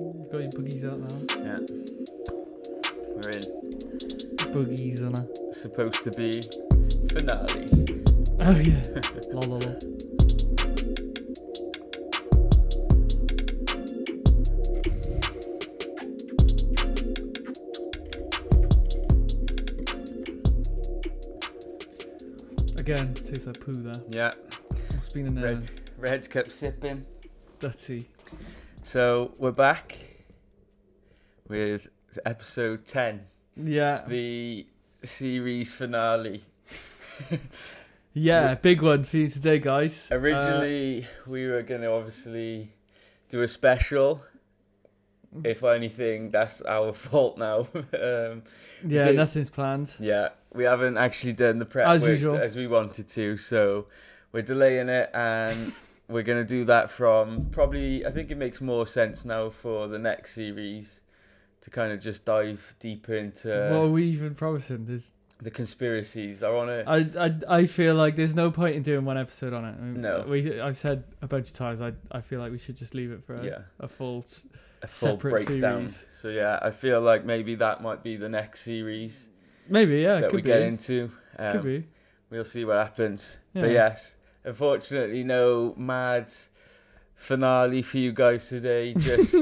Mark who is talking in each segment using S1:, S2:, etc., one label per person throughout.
S1: boogies out now.
S2: Yeah. We're in.
S1: Boogies on a.
S2: Supposed to be finale.
S1: Oh yeah. lol, lol, lol. Again, tastes like poo there.
S2: Yeah.
S1: What's been in there?
S2: Red.
S1: then?
S2: Red kept sipping.
S1: Dirty.
S2: So we're back with episode ten,
S1: Yeah.
S2: the series finale.
S1: yeah, big one for you today, guys. Uh,
S2: Originally, we were going to obviously do a special. If anything, that's our fault now. um,
S1: Uh, yeah,
S2: did-
S1: nothing's planned.
S2: yeah, we haven't actually done the prep
S1: As
S2: work
S1: usual.
S2: as we wanted to, so we're delaying it, and we're going to do that from probably. I think it makes more sense now for the next series to kind of just dive deeper into
S1: what are we even promising? There's,
S2: the conspiracies. I want to.
S1: I, I, I feel like there's no point in doing one episode on it. I mean,
S2: No.
S1: we, I've said a bunch of times. I, I feel like we should just leave it for a,
S2: Yeah.
S1: a full. s-
S2: a full
S1: separate
S2: breakdown.
S1: series.
S2: So yeah, I feel like maybe that might be the next series
S1: Maybe yeah,
S2: that
S1: could
S2: we
S1: be.
S2: get into. Um,
S1: Could be.
S2: We'll see what happens. But
S1: Yeah.
S2: yes, unfortunately, no mad finale for you guys today. Just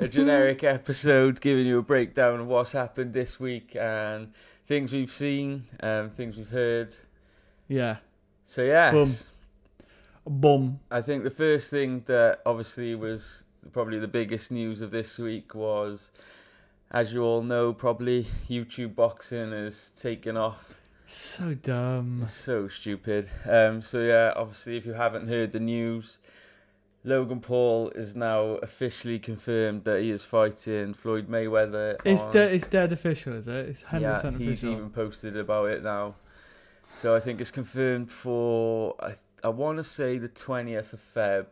S2: a generic episode giving you a breakdown of what's happened this week and things we've seen, um, things we've heard.
S1: Yeah.
S2: So yes.
S1: Boom. Boom.
S2: I think the first thing that obviously was probably the biggest news of this week was, as you all know, probably YouTube boxing has taken off.
S1: So dumb.
S2: It's so stupid. Um, so yeah, obviously, if you haven't heard the news, Logan Paul is now officially confirmed that he is fighting Floyd Mayweather.
S1: It's
S2: on-
S1: de- it's dead official, is it? It's hundred
S2: yeah,
S1: percent
S2: he's
S1: official.
S2: even posted about it now. So I think it's confirmed for I I want to say the twentieth of Feb,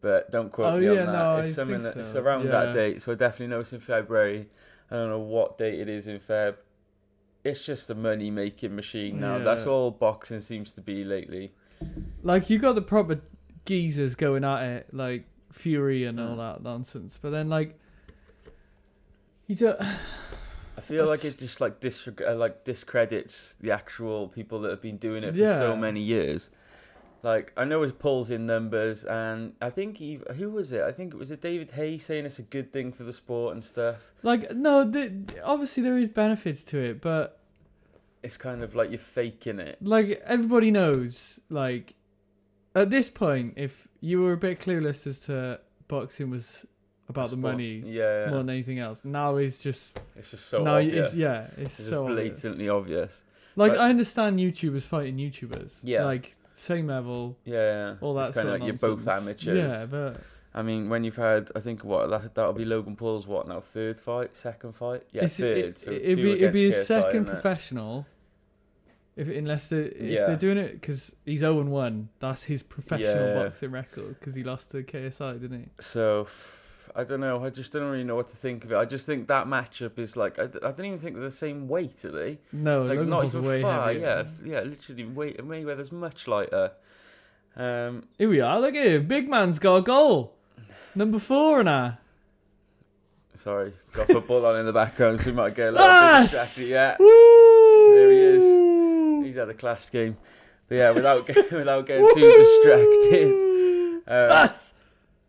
S2: but don't quote
S1: Oh,
S2: me on
S1: yeah,
S2: that.
S1: no,
S2: it's
S1: I
S2: something
S1: think
S2: that it's
S1: so.
S2: around
S1: Yeah.
S2: that date, so I definitely know it's in February. I don't know what date it is in Feb. It's just a money making machine now. That's
S1: Yeah.
S2: all boxing seems to be lately.
S1: Like you got the proper geezers going at it, like Fury and
S2: Mm.
S1: all that nonsense. But then like you don't.
S2: I feel like
S1: That's-
S2: it just like disreg- uh, like discredits the actual people that have been doing it for
S1: Yeah.
S2: so many years. Like I know it pulls in numbers, and I think he, who was it? I think it was it David Hay saying it's a good thing for the sport and stuff.
S1: Like no, th obviously there is benefits to it, but
S2: It's kind of like you're faking it.
S1: like everybody knows, like at this point, if you were a bit clueless as to boxing was about the
S2: Sport-
S1: money
S2: Yeah,
S1: more than anything else, now it's just
S2: it's just so
S1: now
S2: obvious.
S1: it's yeah, it's,
S2: it's
S1: so
S2: just
S1: obvious.
S2: blatantly obvious.
S1: Like
S2: But-
S1: I understand YouTubers fighting YouTubers.
S2: Yeah.
S1: Like same level,
S2: Yeah,
S1: all that
S2: it's
S1: sort
S2: kind
S1: of
S2: of like you're both
S1: nonsense.
S2: amateurs.
S1: Yeah, but
S2: I mean, when you've had, I think what that that'll be Logan Paul's what now third fight, second fight, yeah,
S1: it's,
S2: third.
S1: it,
S2: so
S1: it'd
S2: two
S1: be it'd be
S2: against
S1: his
S2: KSI,
S1: second
S2: innit?
S1: professional. If unless they if
S2: Yeah.
S1: they're doing it because he's zero and one, that's his professional
S2: Yeah.
S1: boxing record because he lost to KSI, didn't he?
S2: So I don't know. I just don't really know what to think of it. I just think that matchup is like I, I don't even think they're the same weight, are they?
S1: No,
S2: Like
S1: Logan
S2: not
S1: Paul's
S2: even
S1: way
S2: far.
S1: heavier.
S2: Yeah, f- yeah. Literally, weight Mayweather's much lighter. Um,
S1: Here we are. Look at him. Big man's got a goal. Number four now.
S2: sorry, got football on in the background, so we might get a little bit
S1: Yes!
S2: distracted. Yeah,
S1: Woo!
S2: Uh, There he is. he's had a class game. But yeah, without ge- without getting too distracted. Um,
S1: Yes.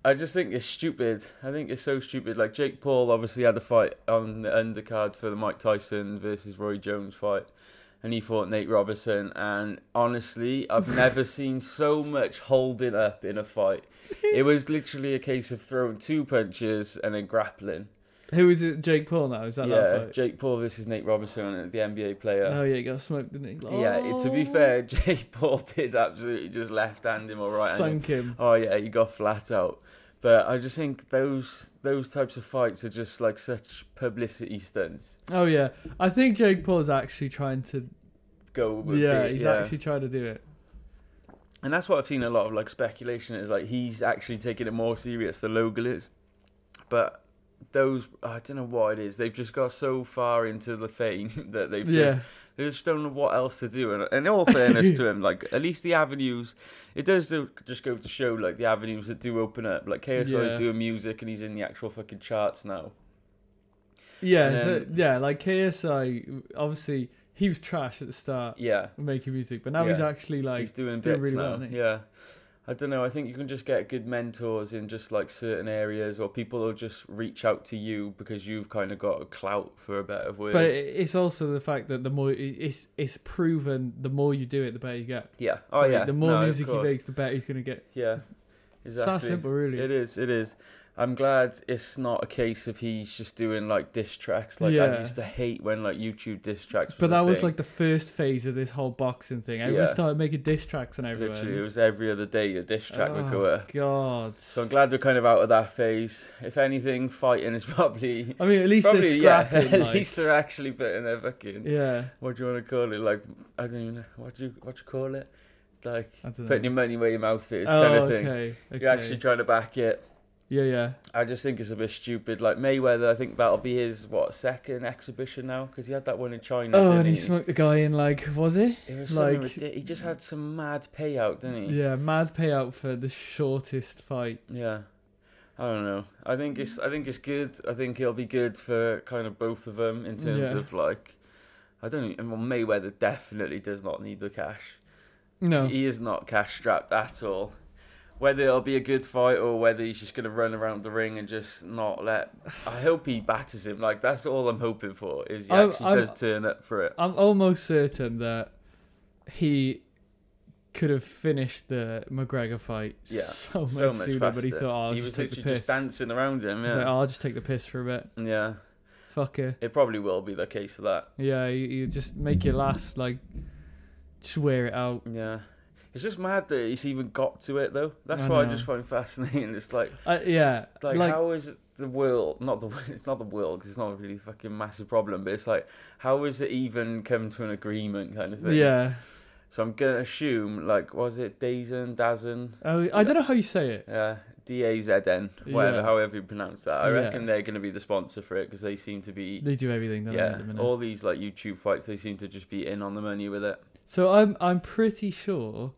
S2: I just think it's stupid. I think it's so stupid. Like Jake Paul obviously had a fight on the undercard for the Mike Tyson versus Roy Jones fight, and he fought Nate Robertson. And honestly, I've never seen so much holding up in a fight. It was literally a case of throwing two punches and then grappling.
S1: Who is it? Jake Paul now? Is that that
S2: yeah,
S1: fight?
S2: Jake Paul versus Nate Robertson, uh, the NBA player.
S1: Oh yeah, he got smoked, didn't he?
S2: Yeah, it- to be
S1: Oh.
S2: fair, Jake Paul did absolutely just left hand him or right hand him.
S1: sunk him.
S2: Oh yeah, he got flat out. But I just think those those types of fights are just like such publicity stunts.
S1: Oh yeah, I think Jake Paul's actually trying to.
S2: Go with
S1: Yeah,
S2: it,
S1: he's actually trying to do it.
S2: and that's what I've seen a lot of like speculation is like he's actually taking it more serious than Logan is, but those I don't know what it is. They've just got so far into the fame that they've
S1: Yeah,
S2: just, They just don't know what else to do. And in all fairness to him, like at least the avenues, it does do, just go to show like the avenues that do open up. Like KSI
S1: Yeah.
S2: is doing music and he's in the actual fucking charts now.
S1: Yeah,
S2: And
S1: so,
S2: then-
S1: yeah, like KSI, obviously, he was trash at the start
S2: Yeah,
S1: making music, but now he's
S2: Yeah.
S1: actually like,
S2: he's doing
S1: doing
S2: bits
S1: really well,
S2: now.
S1: isn't he?
S2: yeah. I don't know. I think you can just get good mentors in just like certain areas, or people will just reach out to you because you've kind of got a clout for a better word.
S1: but it- it's also the fact that the more it's it's proven the more you do it, the better you get.
S2: yeah. Oh
S1: Like,
S2: yeah.
S1: The more
S2: No, of
S1: music he
S2: course.
S1: makes, the better he's gonna get.
S2: Yeah. Exactly.
S1: It's that simple, really.
S2: It is, it is. I'm glad it's not a case of he's just doing like diss tracks. Like
S1: Yeah.
S2: I used to hate when like YouTube diss tracks.
S1: but
S2: a
S1: that was
S2: thing.
S1: like the first phase of this whole boxing thing. Everyone
S2: Yeah.
S1: started making diss tracks and everywhere.
S2: literally it was every other day a diss track would go
S1: Oh,
S2: up.
S1: God.
S2: So I'm glad we're kind of out of that phase. If anything, fighting is probably
S1: I mean, at least
S2: probably
S1: they're
S2: yeah.
S1: scrapping.
S2: At
S1: like-
S2: least they're actually putting their fucking
S1: yeah.
S2: what do you want to call it? Like I don't even know what do you what do you call it? Like
S1: I don't know.
S2: putting your money where your mouth is
S1: Hmm. oh,
S2: kind of thing.
S1: okay. okay.
S2: You're actually trying to back it.
S1: yeah, yeah.
S2: I just think it's a bit stupid. Like Mayweather, I think that'll be his what second exhibition now because he had that one in China.
S1: Oh,
S2: Mm, didn't
S1: and he
S2: he
S1: smoked the guy in, like, was it?
S2: It was something
S1: like- hmm.
S2: ridic- he just had some mad payout, didn't he?
S1: Yeah, mad payout for the shortest fight.
S2: Yeah. I don't know. I think it's I think it's good. I think it'll be good for kind of both of them in terms
S1: Yeah.
S2: of like I don't know. Well, Mayweather definitely does not need the cash.
S1: No.
S2: He is not cash strapped at all. Whether it'll be a good fight or whether he's just going to run around the ring and just not let. I hope he batters him. Like, that's all I'm hoping for, is he
S1: I'm-
S2: actually
S1: I'm-
S2: does turn up for it.
S1: I'm almost certain that he could have finished the McGregor fight
S2: Yeah,
S1: so much
S2: so much
S1: sooner,
S2: faster.
S1: but he thought, oh, I'll
S2: he
S1: just
S2: was
S1: take the
S2: literally
S1: piss.
S2: just dancing around him,
S1: He's like,
S2: yeah.
S1: oh, I'll just take the piss for a bit.
S2: Yeah.
S1: Fuck it.
S2: It probably will be the case of that.
S1: Yeah, you, you just make your last, like, swear it out.
S2: Yeah. It's just mad that he's even got to it, though. That's
S1: I
S2: what I
S1: know.
S2: just find fascinating. It's like,
S1: Uh, yeah.
S2: like,
S1: Like,
S2: how is the world not the it's not the world 'cause it's not a really fucking massive problem but it's like how is it even come to an agreement kind of thing
S1: yeah.
S2: So I'm gonna assume like was it Dazen Dazen?
S1: Oh, I don't know how you say it.
S2: Yeah, D A Z N, whatever,
S1: Yeah.
S2: however you pronounce that. I
S1: Yeah.
S2: reckon they're gonna be the sponsor for it because they seem to be.
S1: They do everything, don't they,
S2: yeah,
S1: at the minute?
S2: all these like YouTube fights, they seem to just be in on the money with it.
S1: So I'm I'm pretty sure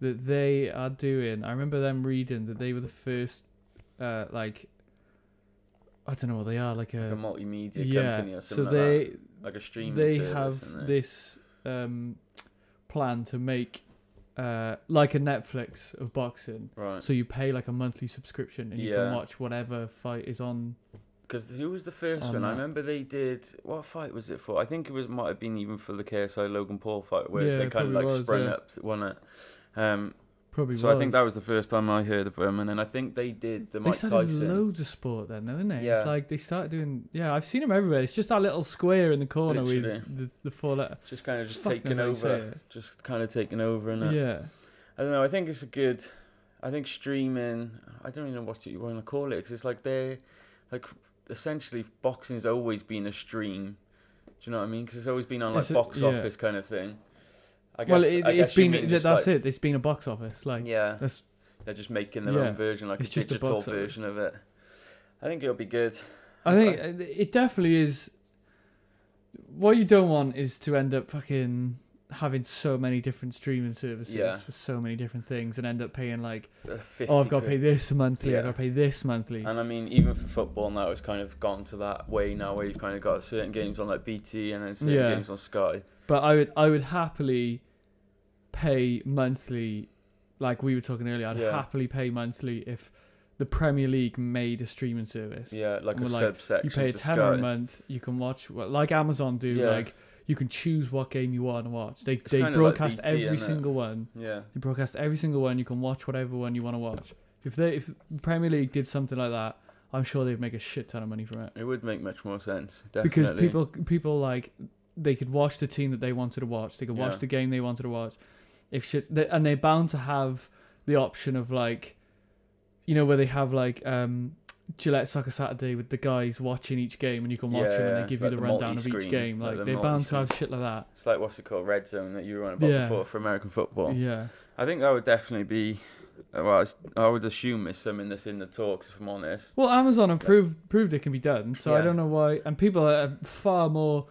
S1: that they are doing. I remember them reading that they were the first, uh, like, I don't know what they are, like
S2: Like a
S1: a
S2: multimedia
S1: yeah.
S2: company or
S1: So
S2: something like
S1: they
S2: that, like a streaming
S1: they
S2: service.
S1: have
S2: isn't it?
S1: this um plan to make uh like a Netflix of boxing.
S2: right.
S1: So you pay like a monthly subscription and you can
S2: Yeah.
S1: watch whatever fight is on.
S2: Because who was the first
S1: On
S2: one? I
S1: that.
S2: remember they did. What fight was it for? I think it was might have been even for the KSI Logan Paul fight, where
S1: Yeah,
S2: they
S1: it
S2: kind of
S1: probably
S2: like
S1: was,
S2: sprung
S1: yeah.
S2: up, won it. Um,
S1: Probably.
S2: so I think that was the first time I heard of him, and then I think they did the
S1: They
S2: Mike
S1: started
S2: Tyson.
S1: loads of sport then, though, didn't they?
S2: Yeah.
S1: It's like they started doing. Yeah, I've seen them everywhere. It's just that little square in the corner with
S2: Literally.
S1: the, the four letter.
S2: just kind of just
S1: Fuck
S2: taking
S1: knows how you say
S2: over, just kind of taking over, and
S1: Yeah.
S2: I don't know. I think it's a good. I think streaming. I don't even know what you want to call it. 'cause it's like they're like essentially boxing's always been a stream. Do you know what I mean? Because it's always been on like
S1: It's a-
S2: box
S1: yeah.
S2: office kind of thing. I guess,
S1: well, it,
S2: I
S1: it's
S2: guess you
S1: been
S2: mean
S1: th-
S2: just,
S1: that's
S2: like-
S1: it. It's been a box office. Like
S2: Yeah,
S1: that's
S2: they're just making their
S1: yeah,
S2: own version, like a
S1: it's just a
S2: digital
S1: box office.
S2: version of it. I think it'll be good.
S1: I think uh, it definitely is. What you don't want is to end up fucking having so many different streaming services
S2: Yeah.
S1: for so many different things and end up paying like
S2: Uh, 50
S1: oh I've got to
S2: quid.
S1: pay this monthly,
S2: Yeah.
S1: I've got to pay this monthly.
S2: And I mean, even for football now, it's kind of gone to that way now where you've kind of got certain games on like BT and then certain
S1: Yeah.
S2: games on Sky.
S1: But I would I would happily pay monthly, like we were talking earlier. I'd
S2: Yeah.
S1: happily pay monthly if the Premier League made a streaming service.
S2: Yeah, like
S1: And
S2: a
S1: we're like,
S2: subsection.
S1: you pay a
S2: to
S1: tenner
S2: Sky.
S1: a month. You can watch what, like Amazon do.
S2: Yeah.
S1: Like you can choose what game you want to watch. They they
S2: kinda like E
S1: broadcast
S2: BT,
S1: every
S2: innit?
S1: single one.
S2: Yeah,
S1: They broadcast every single one. You can watch whatever one you want to watch. If they if Premier League did something like that, I'm sure they'd make a shit ton of money from it
S2: it would make much more sense. Definitely.
S1: because people people like they could watch the team that they wanted to watch. They could watch
S2: Yeah.
S1: the game they wanted to watch. If shit, they, and they're bound to have the option of like, you know, where they have like um Gillette Soccer Saturday with the guys watching each game, and you can watch them and
S2: Yeah,
S1: they give
S2: like
S1: you the
S2: the
S1: rundown of each
S2: multi-screen,
S1: game.
S2: like
S1: Like
S2: the
S1: they're bound to
S2: multi-screen.
S1: have shit like that.
S2: It's like what's it called, red zone that you were on about
S1: Yeah.
S2: before for American football.
S1: Yeah,
S2: I think that would definitely be. uh, Well, it's- I would assume it's something that's in the talks. If I'm honest.
S1: Well, Amazon have proved proved it can be done, so I
S2: Yeah.
S1: don't know why. And people are far more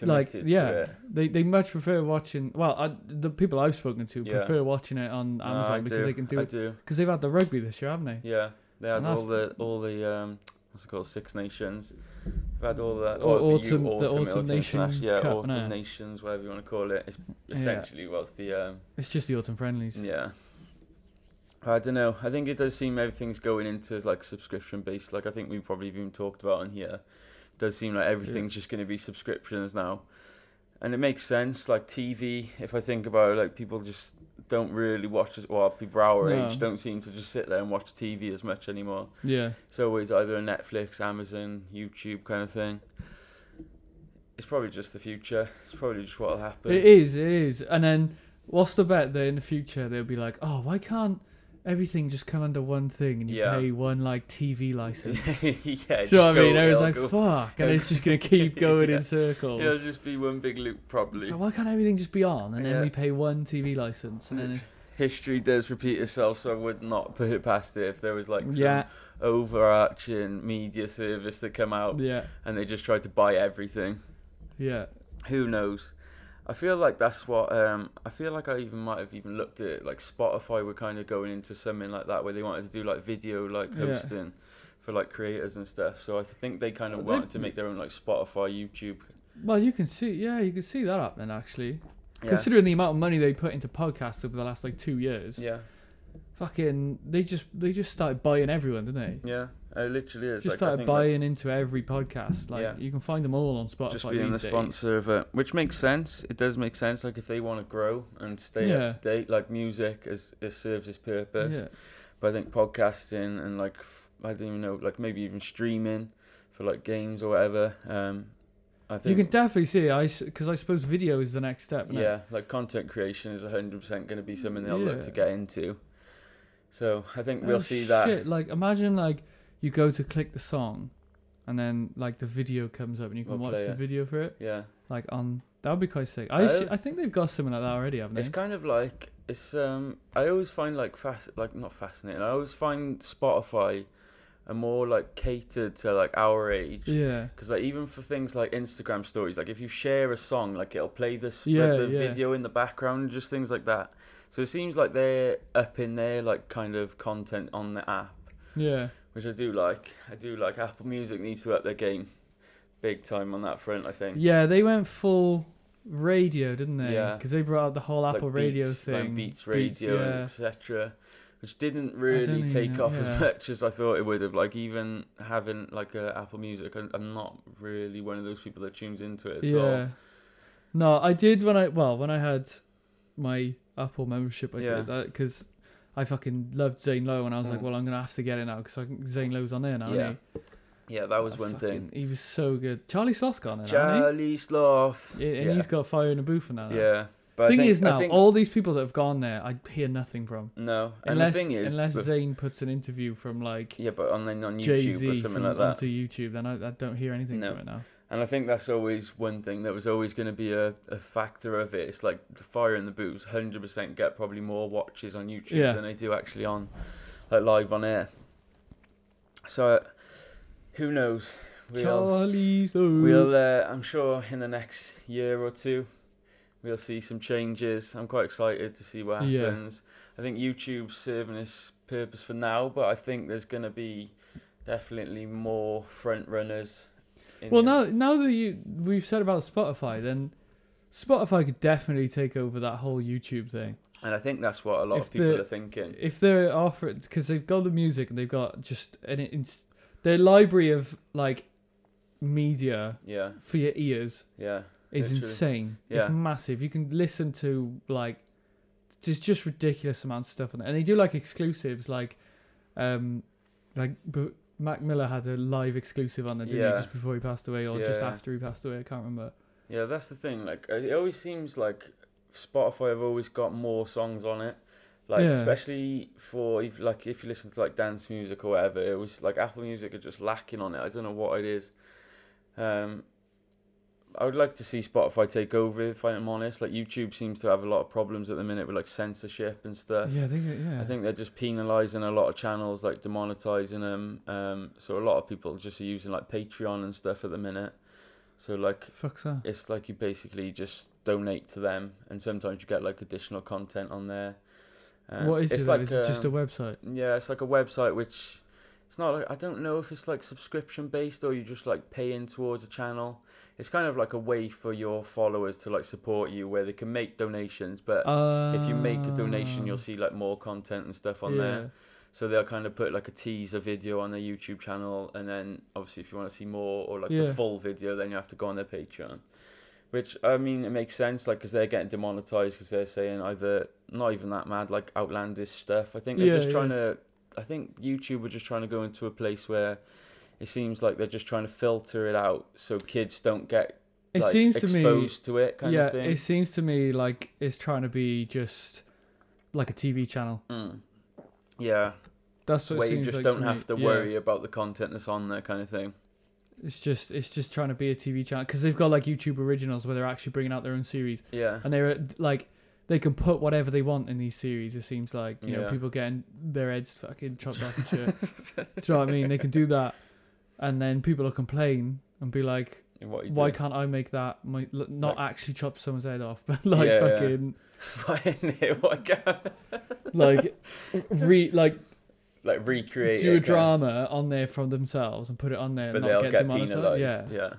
S1: like
S2: committed
S1: yeah,
S2: to it.
S1: they they much prefer watching. Well, I, the people I've spoken to
S2: Yeah.
S1: prefer watching it on
S2: No,
S1: Amazon
S2: I
S1: because
S2: do.
S1: they can do
S2: I
S1: it
S2: do.
S1: because they've had the rugby this year, haven't they?
S2: Yeah, they had
S1: And
S2: all
S1: that's-
S2: the all the um, what's it called Six Nations. They had all that.
S1: Or
S2: all the U-
S1: Autumn- the Autumn
S2: International-
S1: Nations
S2: Yeah,
S1: Cup,
S2: Autumn
S1: innit?
S2: Nations, whatever you want to call it. It's
S1: Yeah.
S2: essentially what's the um,
S1: It's just the autumn friendlies.
S2: yeah. I don't know. I think it does seem everything's going into like subscription based. Like I think we probably even talked about on here. It does seem like everything's just going to be subscriptions now, and it makes sense. Like TV, if I think about it, like people just don't really watch as well. People our
S1: No.
S2: age don't seem to just sit there and watch TV as much anymore.
S1: Yeah,
S2: It's always either a Netflix, Amazon, YouTube kind of thing. It's probably just the future. It's probably just what'll happen.
S1: it is. It is. And then what's the bet that in the future they'll be like, oh, why can't everything just come under one thing and you
S2: Yeah.
S1: pay one like TV license?
S2: yeah,
S1: so I
S2: just go-
S1: mean, I was
S2: it'll
S1: like,
S2: go-
S1: fuck, and
S2: it'll
S1: it's just gonna keep going
S2: Yeah.
S1: in circles.
S2: It'll just be one big loop, probably.
S1: so why can't everything just be on and then
S2: Yeah.
S1: we pay one TV license and then
S2: History does repeat itself, so I would not put it past it if there was like some
S1: yeah,
S2: overarching media service that come out
S1: yeah,
S2: and they just tried to buy everything.
S1: yeah.
S2: Who knows? I feel like that's what um, I feel like I even might have even looked at it. Like Spotify were kind of going into something like that where they wanted to do like video like
S1: Yeah.
S2: hosting for like creators and stuff. So I think they kind of
S1: Well, they-
S2: wanted to make their own like Spotify, YouTube.
S1: Well, you can see, yeah, you can see that happening actually.
S2: Yeah.
S1: Considering the amount of money they put into podcasts over the last like two years,
S2: Yeah.
S1: fucking, they just they just started buying everyone, didn't they?
S2: Yeah. It literally is.
S1: just
S2: like, I
S1: started
S2: think, like,
S1: buying into every podcast. Like
S2: Yeah.
S1: you can find them all on Spotify.
S2: just being the
S1: these days.
S2: sponsor of it, which makes sense. It does make sense. Like if they want to grow and stay
S1: Yeah.
S2: up to date, like music as it serves its purpose.
S1: Yeah.
S2: But I think podcasting and like f- I don't even know, like maybe even streaming for like games or whatever. Um, I
S1: You
S2: think
S1: can definitely see I because I suppose video is the next step. Now.
S2: yeah, like content creation is hundred percent going to be something they'll look
S1: Yeah.
S2: to get into. So I think
S1: Oh,
S2: we'll see that.
S1: Shit. Like imagine like you go to click the song, and then like the video comes up and you can
S2: We'll
S1: watch
S2: play
S1: the
S2: it.
S1: video for it.
S2: Yeah,
S1: Like on that would be quite sick. I
S2: Oh.
S1: assu- I think they've got something like that already, haven't they?
S2: it's kind of like it's. Um, I always find like fast, like not fascinating. I always find Spotify are more like catered to like our age.
S1: yeah.
S2: Because like even for things like Instagram stories, like if you share a song, like it'll play the, s- the-
S1: Yeah,
S2: the
S1: yeah.
S2: video in the background, just things like that. So it seems like they're up in their like kind of content on the app,
S1: Yeah.
S2: which I do like. I do like Apple Music needs to up their game, big time on that front. I think.
S1: Yeah. They went full radio, didn't they?
S2: Yeah.
S1: Because they brought out the whole Apple
S2: like
S1: Radio
S2: Beats,
S1: thing.
S2: like Beats Radio, and
S1: yeah.
S2: etc. Which didn't
S1: don't
S2: really
S1: even
S2: take
S1: know-
S2: off
S1: yeah.
S2: as much as I thought it would have. Like even having like uh, Apple Music, I'm, I'm not really one of those people that tunes into it at all.
S1: yeah. No, I did when I well when I had my Apple membership. I
S2: Yeah.
S1: did because I fucking loved Zane Lowe, and I was like,
S2: Mm.
S1: well, I'm gonna have to get it now because Zane Lowe's on there now.
S2: Yeah.
S1: isn't
S2: Yeah, that
S1: he?
S2: was
S1: I
S2: one thing.
S1: fucking- He was so good. Charlie Sloth's gone there, hasn't
S2: Charlie Sloth.
S1: he? Yeah, and
S2: yeah.
S1: he's got fire in a booth and that.
S2: yeah. But I
S1: thing
S2: think-
S1: is
S2: I
S1: now,
S2: think-
S1: all these people that have gone there, I hear nothing from.
S2: no. And
S1: Unless
S2: the thing is,
S1: unless
S2: the-
S1: Zayn puts an interview from like
S2: yeah, but on then on
S1: Jay
S2: YouTube or
S1: Z
S2: something like that.
S1: onto YouTube, then I, I don't hear anything
S2: No.
S1: from it now.
S2: And I think that's always one thing that was always going to be a, a factor of it. It's like the fire in the boots, hundred percent get probably more watches on YouTube
S1: Yeah.
S2: than they do actually on like live on air. So uh, who knows? We'll,
S1: Charlie Sloth.
S2: we'll uh, I'm sure in the next year or two we'll see some changes. I'm quite excited to see what
S1: Yeah.
S2: happens. I think YouTube's serving its purpose for now, but I think there's going to be definitely more front runners. In
S1: Well, now now that you we've said about Spotify, then Spotify could definitely take over that whole YouTube thing
S2: and I think that's what a lot
S1: if
S2: of people
S1: the-
S2: are thinking.
S1: if they're offered because they've got the music and they've got just an it's, their library of like media
S2: Yeah,
S1: for your ears
S2: yeah,
S1: is
S2: Literally.
S1: insane.
S2: Yeah.
S1: It's massive. You can listen to like there's just ridiculous amounts of stuff on there, and they do like exclusives like um like. B- Mac Miller had a live exclusive on there, didn't
S2: Yeah.
S1: he? Just before he passed away, or just
S2: Yeah.
S1: after he passed away, I can't remember.
S2: yeah. That's the thing. Like, uh, it always seems like Spotify have always got more songs on it. Like,
S1: Yeah.
S2: especially for if like if you listen to like dance music or whatever, it was like Apple Music are just lacking on it. I don't know what it is. Um, I would like to see Spotify take over. If I'm honest, like YouTube seems to have a lot of problems at the minute with like censorship and stuff.
S1: yeah, I think yeah.
S2: Uh, I think they're just penalising a lot of channels, like demonetising them. Um, so a lot of people just are using like Patreon and stuff at the minute. So like
S1: Fuck's that.
S2: it's like you basically just donate to them, and sometimes you get like additional content on there. Um,
S1: what is it?
S2: it's
S1: though? is it just
S2: um,
S1: a website?
S2: yeah, it's like a website which it's not. Like, I don't know if it's like subscription based or you just like paying towards a channel. It's kind of like a way for your followers to like support you, where they can make donations. But uh, if you make a donation, you'll
S1: Ah,
S2: see like more content and stuff on
S1: yeah.
S2: there. So they'll kind of put like a teaser video on their YouTube channel, and then obviously if you want to see more or like
S1: Yeah.
S2: the full video, then you have to go on their Patreon. Which I mean, it makes sense, like because they're getting demonetized because they're saying either not even that mad, like outlandish stuff. I think they're
S1: Yeah,
S2: just trying
S1: yeah.
S2: to. I think YouTube were just trying to go into a place where it seems like they're just trying to filter it out so kids don't get
S1: It
S2: like,
S1: seems to me.
S2: exposed to it kind
S1: yeah,
S2: of thing.
S1: it seems to me like it's trying to be just like a TV channel.
S2: Mm. Yeah,
S1: That's what it
S2: where you
S1: seems
S2: just
S1: like
S2: don't
S1: to
S2: have
S1: me.
S2: to
S1: Yeah.
S2: worry about the content that's on there, kind of thing.
S1: It's just it's just trying to be a TV channel because they've got like YouTube originals where they're actually bringing out their own series
S2: Yeah.
S1: and they're uh, like they can put whatever they want in these series. It seems like you know
S2: Yeah.
S1: people getting their heads fucking chopped off and shit. do you know what I mean? They can do that, and then people will complain and be like,
S2: in what you
S1: "Why
S2: do.
S1: can't I make that? My, l- not actually chop someone's head off, but like
S2: Yeah, yeah.
S1: fucking
S2: Why isn't it what I can-
S1: like re like
S2: like recreate
S1: do a
S2: it, can-
S1: drama on there from themselves and put it on there
S2: but
S1: and
S2: they'll
S1: not
S2: get,
S1: get demonetized.
S2: penalized
S1: Yeah.
S2: yeah.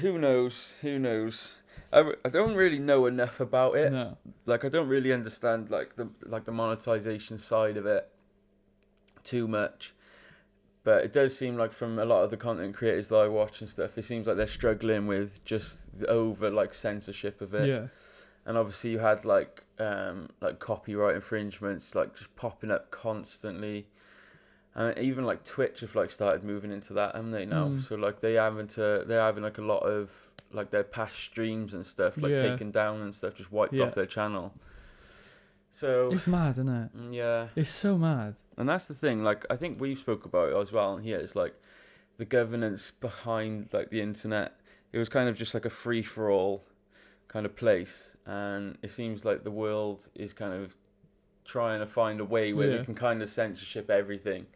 S2: who knows who knows I, r- I don't really know enough about it
S1: No.
S2: like I don't really understand like the like the monetization side of it too much but it does seem like from a lot of the content creators that I watch and stuff it seems like they're struggling with just the over like censorship of it
S1: Yeah.
S2: and obviously you had like um like copyright infringements like just popping up constantly and even like twitch have like started moving into that haven't they now
S1: Mm.
S2: so like they having to they're having like a lot of like their past streams and stuff like
S1: Yeah.
S2: taken down and stuff just wiped
S1: Yeah.
S2: off their channel so
S1: It's mad, isn't it?
S2: yeah
S1: It's so mad.
S2: and that's the thing like i think we spoke about it as well on here it's like the governance behind like the internet it was kind of just like a free for all kind of place and it seems like the world is kind of trying to find a way where
S1: Yeah.
S2: they can kind of censorship everything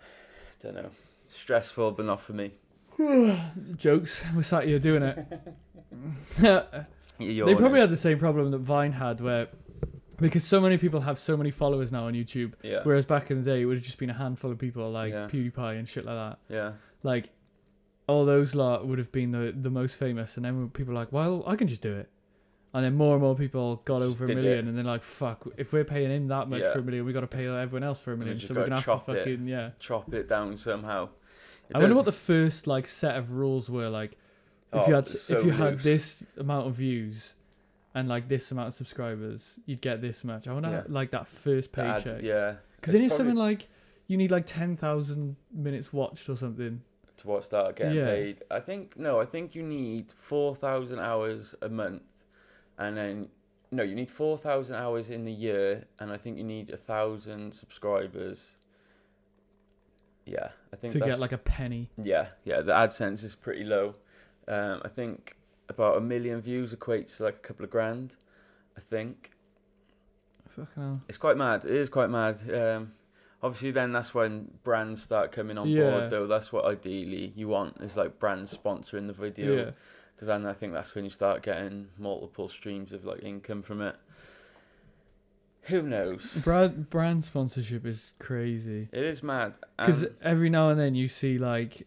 S2: don't know stressful but not for me
S1: Jokes. We're sat here doing it. they
S2: You're
S1: probably had the same problem that Vine had where because so many people have so many followers now on YouTube,
S2: yeah
S1: whereas back in the day it would have just been a handful of people like
S2: Yeah.
S1: PewDiePie and shit like that.
S2: yeah
S1: Like all those lot would have been the the most famous and then people were like, Well, I can just do it. And then more and more people got
S2: Just
S1: over a
S2: did it.
S1: million and they're like, Fuck, if we're paying him that much
S2: Yeah.
S1: for a million, we gotta pay everyone else for a
S2: we
S1: million.
S2: just
S1: So we're gonna
S2: gotta
S1: have to
S2: chop it.
S1: fucking yeah.
S2: chop it down somehow It
S1: I wonder what
S2: does-
S1: the first like set of rules were like if
S2: oh,
S1: you had
S2: it's
S1: if
S2: so
S1: you had
S2: loose.
S1: this amount of views and like this amount of subscribers, you'd get this much. I wonder
S2: Yeah.
S1: how, like that first
S2: The ad-
S1: paycheck.
S2: yeah
S1: Because then
S2: It's
S1: it's
S2: probably-
S1: something like you need like ten thousand minutes watched or something.
S2: to what start getting
S1: Yeah.
S2: paid. I think no, I think you need four thousand hours a month, and then no, you need four thousand hours in the year, and I think you need a thousand subscribers. Yeah, I think
S1: to
S2: that's,
S1: get like a penny.
S2: yeah, yeah. The AdSense is pretty low. Um, I think about a million views equates to like a couple of grand. I think
S1: Fucking hell.
S2: it's quite mad. It is quite mad. Um, obviously, then that's when brands start coming on
S1: Yeah.
S2: board. Though that's what ideally you want is like brands sponsoring the video.
S1: Yeah.
S2: because then I think that's when you start getting multiple streams of like income from it. Who knows?
S1: Brand brand sponsorship is crazy.
S2: It is mad.
S1: Because
S2: And,
S1: every now and then you see like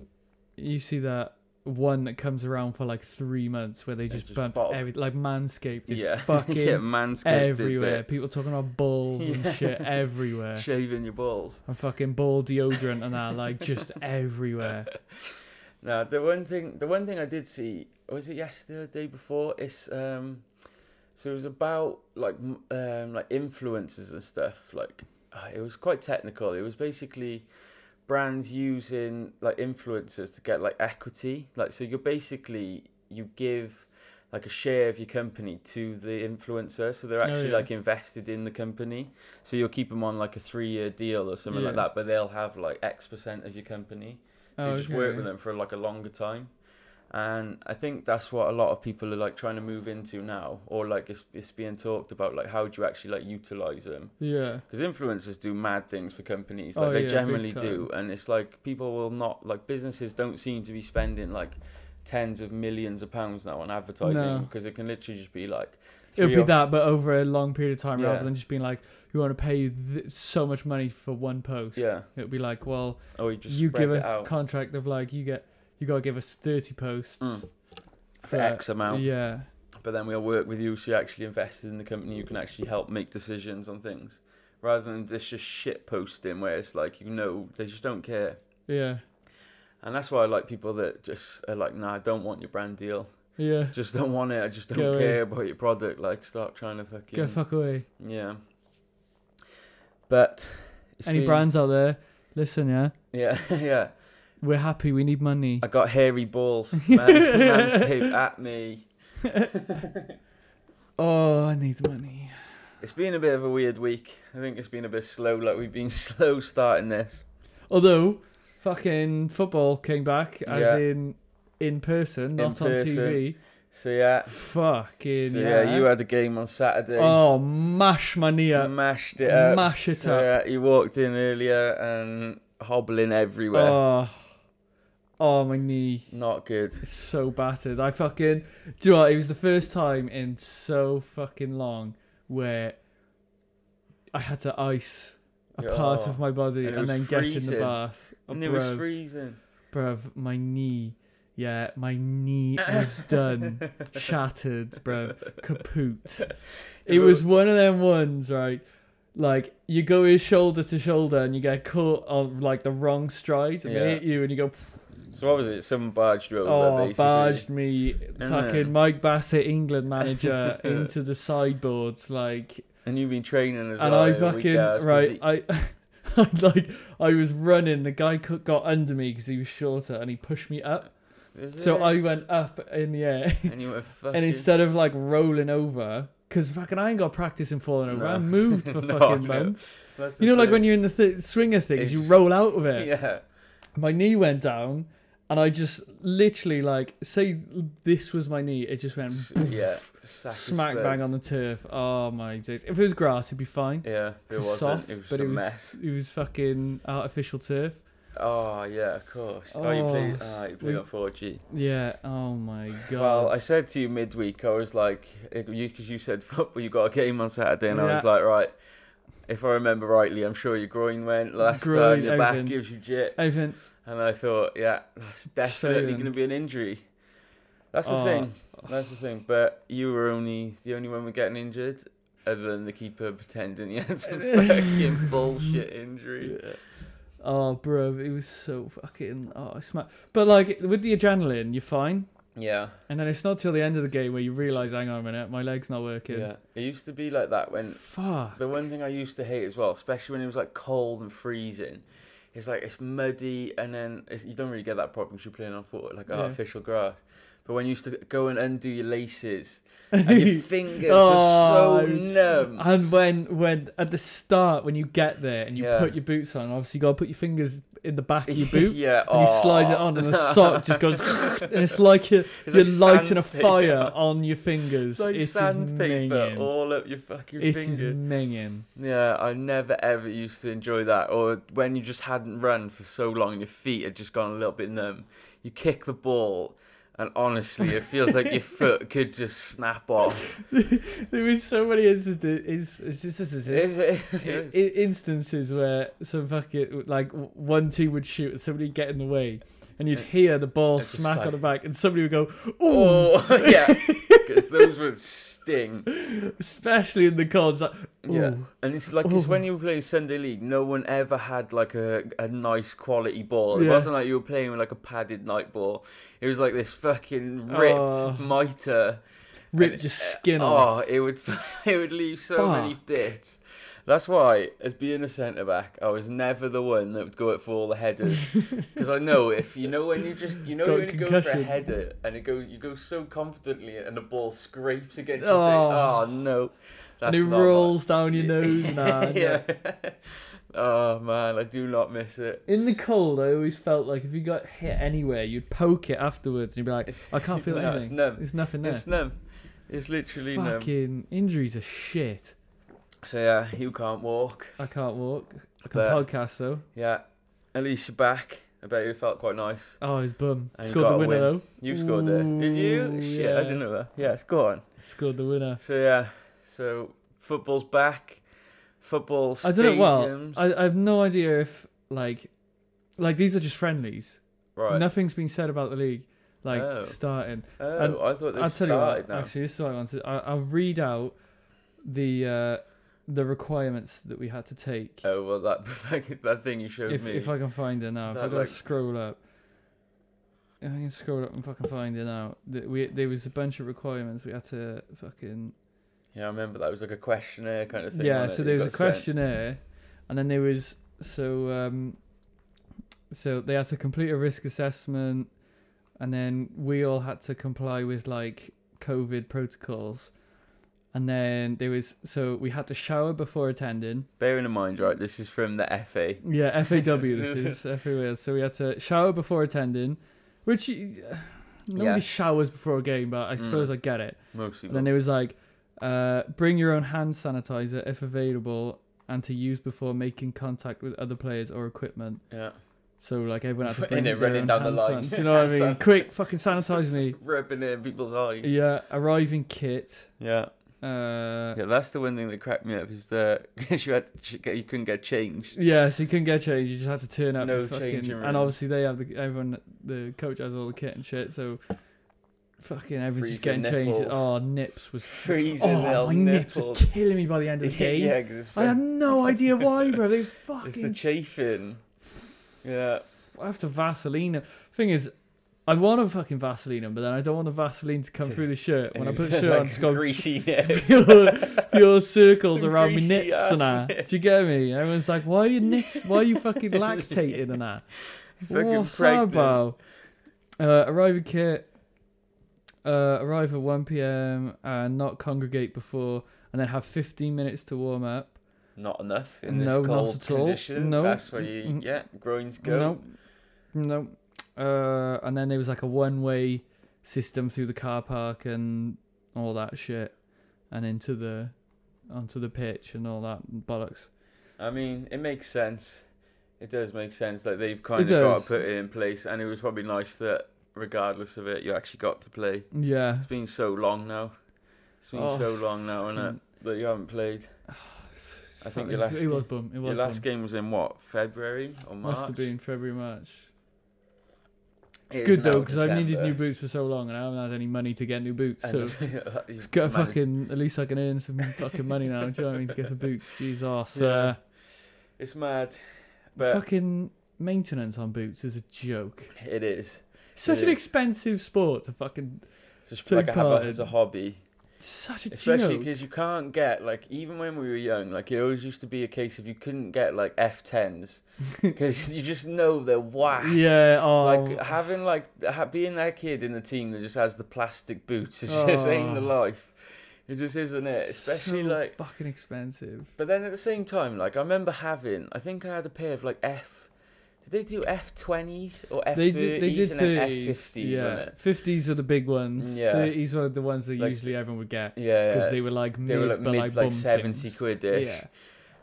S1: you see that one that comes around for like three months where they
S2: They
S1: just,
S2: just
S1: bump
S2: bottom-
S1: every like Manscaped is
S2: yeah,
S1: fucking
S2: yeah, manscaped
S1: everywhere.
S2: bits.
S1: People talking about balls and
S2: Yeah.
S1: shit everywhere.
S2: shaving your balls.
S1: And fucking ball deodorant and that, like just everywhere.
S2: Now the one thing, the one thing I did see was it yesterday, or the day before. It's um, so it was about like m- um like influencers and stuff. Like uh, it was quite technical. It was basically brands using like influencers to get like equity. Like so, you're basically you give like a share of your company to the influencer, so they're
S1: Oh,
S2: actually
S1: yeah.
S2: like invested in the company. So you'll keep them on like a three year deal or something like
S1: Yeah.
S2: that, but they'll have like X percent of your company. So
S1: Oh,
S2: you just
S1: okay.
S2: work with them for like a longer time. and I think that's what a lot of people are like trying to move into now, or like it's, it's being talked about like how do you actually like utilize them?
S1: Yeah.
S2: Because influencers do mad things for companies,
S1: Oh,
S2: like they
S1: yeah, big
S2: generally do,
S1: time.
S2: and it's like people will not like businesses don't seem to be spending like tens of millions of pounds now on advertising
S1: No.
S2: because it can literally just be like
S1: It would
S2: three
S1: be
S2: or-
S1: that, but over a long period of time,
S2: Yeah.
S1: rather than just being like, "We want to pay you th- so much money for one post."
S2: Yeah.
S1: It would be like, "Well,
S2: or you just
S1: you
S2: spread
S1: give
S2: it
S1: us
S2: out
S1: contract of like you get you gotta give us thirty posts
S2: Mm. for X amount,
S1: Yeah.
S2: but then we'll work with you so you're actually invested in the company you can actually help make decisions on things rather than this just shit posting where it's like you know they just don't care
S1: Yeah.
S2: and that's why i like people that just are like nah i don't want your brand deal
S1: Yeah.
S2: just don't want it i just don't
S1: Go away.
S2: care about your product like start trying to fucking
S1: Go fuck away.
S2: yeah but it's
S1: Any
S2: been-
S1: brands out there? Listen, yeah.
S2: yeah yeah
S1: We're happy. We need money.
S2: i got hairy balls man, manscaped at me
S1: oh, I need money.
S2: it's been a bit of a weird week i think it's been a bit slow like we've been slow starting this
S1: Although, fucking football came back as
S2: Yeah.
S1: in in person, not on
S2: person.
S1: TV.
S2: so yeah
S1: Fucking
S2: So
S1: yeah.
S2: yeah, you had a game on Saturday.
S1: Oh, mash my knee up.
S2: mashed it up.
S1: Mash it
S2: so
S1: up.
S2: Yeah, you walked in earlier and hobbling everywhere.
S1: Oh, oh, my knee.
S2: Not good.
S1: It's so battered. I fucking. Do you know what? It was the first time in so fucking long where I had to ice a part
S2: Oh,
S1: of my body
S2: and it
S1: and,
S2: was
S1: then get in
S2: freezing.
S1: the bath. Oh,
S2: and it was
S1: bruv,
S2: freezing.
S1: bruv, my knee. Yeah, my knee was done. Shattered, bruv. Kaput. It was one of them ones, right? Like you go in shoulder to shoulder and you get caught on like the wrong stride and
S2: Yeah.
S1: they hit you and you go
S2: So what was it? Some barged you over,
S1: Oh,
S2: basically.
S1: barged me, fucking
S2: then-
S1: Mike Bassett, England manager, into the sideboards, like,
S2: And you've been training as
S1: and
S2: well.
S1: I
S2: yeah, we
S1: fucking
S2: gasped,
S1: right,
S2: physique.
S1: I, I like, I was running. The guy co- got under me because he was shorter, and he pushed me up.
S2: Is
S1: So
S2: it?
S1: I went up in the air,
S2: And you were fucking.
S1: and uh, instead of like rolling over, because fucking I ain't got practice in falling over. I
S2: No.
S1: moved for
S2: No,
S1: fucking
S2: no.
S1: months.
S2: That's the
S1: You know, like
S2: thing.
S1: when you're in the th- swinger things,
S2: It's
S1: you
S2: just-
S1: roll out of it
S2: Yeah.
S1: my knee went down and I just literally like say this was my knee, it just went
S2: Yeah. Sack of
S1: smack bang
S2: spuds.
S1: on the turf. Oh my days. If it was grass it'd be fine.
S2: Yeah, it
S1: It's
S2: wasn't.
S1: soft,
S2: it was
S1: but
S2: a
S1: it was
S2: mess.
S1: it was fucking artificial turf.
S2: Oh yeah, of course. Oh, you
S1: Oh,
S2: played.
S1: s-
S2: Ah, you played
S1: we-
S2: on 4G.
S1: Yeah. Oh my god.
S2: Well, I said to you midweek, I was like, because you, 'cause you said football, you got a game on Saturday, and I was
S1: Yeah.
S2: like, right, if I remember rightly, I'm sure your groin went last
S1: Groin,
S2: time, your back
S1: everything.
S2: gives you jit.
S1: Everything.
S2: And I thought, yeah, that's definitely going to be an injury. That's the
S1: Oh.
S2: thing. That's the thing. But you were only the only one getting injured, other than the keeper pretending he had some fucking bullshit injury.
S1: Oh, bro, it was so fucking. Oh, I smack. But like with the adrenaline, you're fine,
S2: Yeah.
S1: and then it's not till the end of the game where you realize, hang on a minute, my leg's not working.
S2: Yeah. It used to be like that when
S1: Fuck.
S2: The one thing I used to hate as well, especially when it was like cold and freezing, it's like it's muddy and then it's, you don't really get that problem 'cause you're playing on foot like
S1: Yeah.
S2: artificial grass. But when you used to go and undo your laces, and your fingers
S1: Oh,
S2: were so numb.
S1: And when when at the start when you get there and you
S2: Yeah.
S1: put your boots on, obviously you gotta put your fingers in the back of your boot
S2: yeah,
S1: and you slide it
S2: aw.
S1: on and the sock just goes and it's like you're,
S2: oh. It's
S1: you're
S2: like
S1: lighting a
S2: sandpaper.
S1: fire on your fingers.
S2: It's like
S1: it is
S2: sandpaper
S1: minging.
S2: all up your fucking
S1: It is
S2: fingers.
S1: minging.
S2: Yeah, I never ever used to enjoy that. Or when you just hadn't run for so long and your feet had just gone a little bit numb, you kick the ball, and honestly, it feels like your foot could just snap off.
S1: there was so many instances. It's just this is
S2: It's, it,
S1: i-
S2: it
S1: i- instances where some fucking like w- one team would shoot and somebody would get in the way, and you'd hear the ball
S2: It's just
S1: smack
S2: like-
S1: on the back, and somebody would go, "Oh!"
S2: oh, yeah, because those would sting.
S1: Especially in the cards, like, "Ooh."
S2: Yeah, and it's like it's when you play Sunday League, no one ever had like a, a nice quality ball. It
S1: Yeah.
S2: wasn't like you were playing with like a padded night ball. It was like this fucking ripped
S1: Oh.
S2: mitre.
S1: rip
S2: And-
S1: your skin
S2: Oh,
S1: off.
S2: it would it would leave so many
S1: Fuck.
S2: bits. That's why, as being a centre back, I was never the one that would go up for all the headers because I know if you know when you just you know
S1: Got
S2: when you go for a
S1: concussion.
S2: header and it goes you go so confidently and the ball scrapes against your
S1: Oh.
S2: face. Oh no,
S1: and it
S2: not
S1: rolls down your nose. Nah,
S2: my-
S1: nah.
S2: yeah. oh man, I do not miss it.
S1: In the cold, I always felt like if you got hit anywhere, you'd poke it afterwards and you'd be like, I can't feel
S2: No, it's
S1: anything.
S2: numb.
S1: There's nothing there.
S2: It's numb. It's literally numb.
S1: Fucking injuries are shit.
S2: So yeah, you can't walk.
S1: I can't walk. I can
S2: But-
S1: podcast though.
S2: Yeah, at least you're back. I bet you felt quite nice.
S1: Oh, his bum.
S2: And you
S1: Scored
S2: got
S1: the
S2: a
S1: winner
S2: win.
S1: though.
S2: You scored there, did
S1: Ooh,
S2: you? Shit,
S1: yeah.
S2: I didn't know that. Yes, go on.
S1: Scored the winner.
S2: So yeah, so football's back. Football
S1: I
S2: stadiums.
S1: don't know. Well, I, I have no idea if like, like these are just friendlies.
S2: right.
S1: Nothing's been said about the league, like
S2: Oh.
S1: starting.
S2: oh,
S1: and
S2: I thought they
S1: I'll tell you
S2: started
S1: what.
S2: now.
S1: Actually, this is what I wanted. I, I'll read out the uh, the requirements that we had to take.
S2: Oh well, that that thing you showed
S1: if,
S2: me.
S1: if I can find it now,
S2: Is
S1: if I
S2: that
S1: gotta
S2: like-
S1: scroll up, if I can scroll up and fucking find it now, that we there was a bunch of requirements we had to fucking
S2: Yeah, I remember that was like a questionnaire kind of thing.
S1: yeah.
S2: wasn't it,
S1: So
S2: that
S1: there was a
S2: got sent?
S1: questionnaire, and then there was so um, so they had to complete a risk assessment, and then we all had to comply with like COVID protocols, and then there was so we had to shower before attending.
S2: Bearing in mind, right, this is from the FA.
S1: Yeah, FAW. this is FA Wales. So we had to shower before attending, which you- nobody
S2: Yeah. Mm.
S1: showers before a game, but I suppose I get it.
S2: Mostly.
S1: And then it was like, uh, bring your own hand sanitizer if available, and to use before making contact with other players or equipment.
S2: yeah.
S1: So like everyone had to
S2: And
S1: bring
S2: they're
S1: their
S2: running
S1: own
S2: down the
S1: hand
S2: line.
S1: san- do you know what I
S2: Hand
S1: mean?
S2: sanitizer.
S1: Quick, fucking sanitize me.
S2: Ripping it in people's eyes.
S1: Yeah, arriving kit.
S2: Yeah.
S1: Uh,
S2: Yeah, that's the one thing that cracked me up is that because you had to ch- get, you couldn't get changed.
S1: Yeah, so you couldn't get changed. You just had to turn up.
S2: No
S1: and fucking,
S2: changing
S1: and
S2: rooms.
S1: obviously they have the everyone. The coach has all the kit and shit. So fucking everyone's just
S2: Freezing
S1: getting changed.
S2: nipples.
S1: Oh, nips was
S2: Freezing
S1: Oh,
S2: little
S1: my
S2: nipples.
S1: nips were killing me by the end of the game.
S2: yeah, because it's,
S1: I had
S2: fucking-
S1: no idea why, bro. They
S2: it's the
S1: fucking.
S2: chafing. Yeah.
S1: I have to Vaseline. 'em. Thing is, I want to fucking Vaseline them, but then I don't want the Vaseline to come through the shirt. When I
S2: And
S1: put the
S2: it's
S1: shirt on,
S2: like
S1: it's gone
S2: greasy. nips.
S1: pure, pure circles
S2: Some
S1: around my
S2: greasy
S1: nips
S2: ass
S1: and that. Do you get me? Everyone's like, "Why are you nip? Why are you fucking lactating and that?"
S2: Fucking
S1: What's
S2: pregnant.
S1: that about? Uh, arrive at kit. Uh, arrive at one p.m. and not congregate before, and then have fifteen minutes to warm up.
S2: Not enough in
S1: No,
S2: this
S1: not
S2: cold
S1: at all.
S2: condition.
S1: No.
S2: That's where you
S1: Mm.
S2: yeah groins go.
S1: No, no. Uh, and then there was like a one-way system through the car park and all that shit, and into the onto the pitch and all that bollocks.
S2: I mean, it makes sense. It does make sense. Like they've kind of got
S1: does.
S2: to put it in place, and it was probably nice that, regardless of it, you actually got to play.
S1: Yeah,
S2: It's been so long now. It's been
S1: Oh,
S2: so long now, and it that you haven't played. I think your last
S1: it was
S2: game-
S1: bum. It
S2: Your
S1: was bum.
S2: last game was in what February or March?
S1: Must have been February, March. It's
S2: It is
S1: good though
S2: now
S1: because I've needed new
S2: December,
S1: boots for so long and I haven't had any money to get new boots. So
S2: and you've
S1: it's got a
S2: managed-
S1: fucking. At least I can earn some fucking money now. Do you know what I mean? To get some boots. Jeez, arse. Uh,
S2: It's mad, but
S1: fucking maintenance on boots is a joke.
S2: it is.
S1: Such
S2: It
S1: an
S2: is.
S1: expensive sport to fucking.
S2: It's just
S1: Take
S2: like I have
S1: part
S2: it as
S1: in-
S2: a hobby.
S1: Such a
S2: Especially
S1: joke.
S2: because you can't get like even when we were young, like it always used to be a case if you couldn't get like F tens because you just know they're whack.
S1: Yeah. Oh.
S2: Like uh, having like ha- being that kid in the team that just has the plastic boots, it just ain't the
S1: Oh.
S2: life. It just isn't it, especially
S1: so
S2: like.
S1: fucking expensive.
S2: But then at the same time, like I remember having, I think I had a pair of like F. Did they do F twenties or F
S1: They did. They
S2: thirties
S1: did
S2: and then F
S1: 30s.
S2: fifties? wasn't
S1: Yeah.
S2: it?
S1: 50s were the big ones.
S2: Yeah.
S1: 30s were the ones that
S2: Like-
S1: usually everyone would get.
S2: Yeah,
S1: because
S2: yeah.
S1: they were like mid,
S2: They were like
S1: but
S2: mid,
S1: like,
S2: like
S1: bum
S2: 70
S1: things.
S2: quid ish.
S1: Yeah.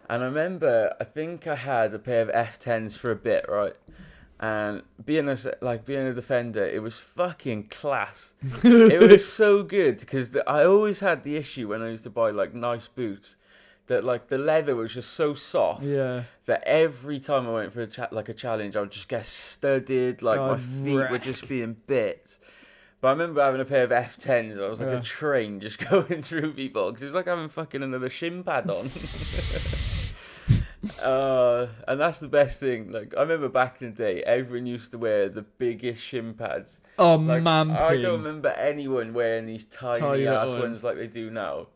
S2: And I remember, I think I had a pair of F10s for a bit, right? And being a s- like being a defender, it was fucking class. it was so good because I always had the issue when I used to buy like nice boots that like the leather was just so soft
S1: Yeah.
S2: that every time I went for a cha- like a challenge, I would just get studded, like my
S1: I'd
S2: feet were just being bit. But I remember having a pair of F10s. I was like
S1: Yeah.
S2: a train just going through people because it was like having fucking another shin pad on. uh, and that's the best thing. Like I remember back in the day, everyone used to wear the biggest shin pads.
S1: Oh
S2: Like,
S1: man.
S2: I don't remember anyone wearing these tiny,
S1: Tiny
S2: ass
S1: little
S2: ones.
S1: ones.
S2: like they do now.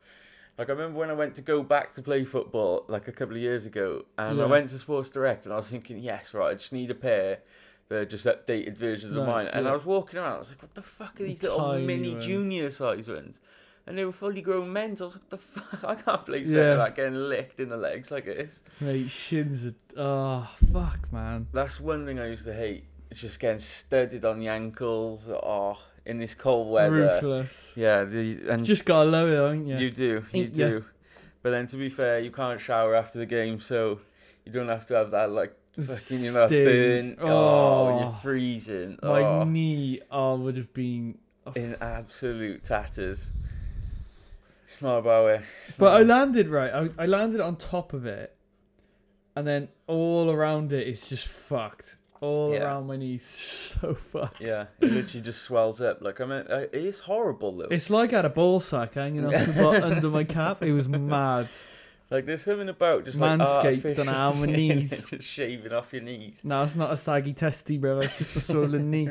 S2: Like I remember when I went to go back to play football like a couple of years ago, and I
S1: Yeah.
S2: went to Sports Direct, and I was thinking, yes, right, I just need a pair. They're just updated versions of
S1: Right,
S2: mine, and I
S1: yeah.
S2: was walking around. I was like, "What the fuck are these little
S1: Tiny
S2: mini
S1: ones.
S2: junior size ones?" and they were fully grown men. So I was like, the fuck? I can't play centre
S1: Yeah.
S2: back getting licked in the legs like this.
S1: Mate, shins are. Oh, fuck, man.
S2: That's one thing I used to hate. It's just getting studded on the ankles. Oh, in this cold weather.
S1: Ruthless.
S2: Yeah, the, and
S1: Just gotta love it, haven't you?
S2: you do, you
S1: Ain't ya?
S2: do. But then to be fair, you can't shower after the game, so you don't have to have that like fucking your mouth
S1: Sting.
S2: burnt. Oh, and you're
S1: Oh.
S2: freezing.
S1: My
S2: oh,
S1: knee oh, would have been. oh,
S2: in absolute tatters. It's not about it. It's
S1: But I
S2: not-
S1: landed right. I, I landed on top of it, and then all around it is just fucked. All
S2: Yeah.
S1: around my knee, so fucked.
S2: yeah, it literally just swells up. Like I mean, I- it is horrible though.
S1: It's like I had a ball sack hanging off the bot under my cap. It was mad.
S2: like there's something about just like
S1: Manscaped on
S2: artificial-
S1: our
S2: Yeah,
S1: knees.
S2: just shaving off your knees.
S1: No, it's not a saggy testy, bro. It's just a swollen knee.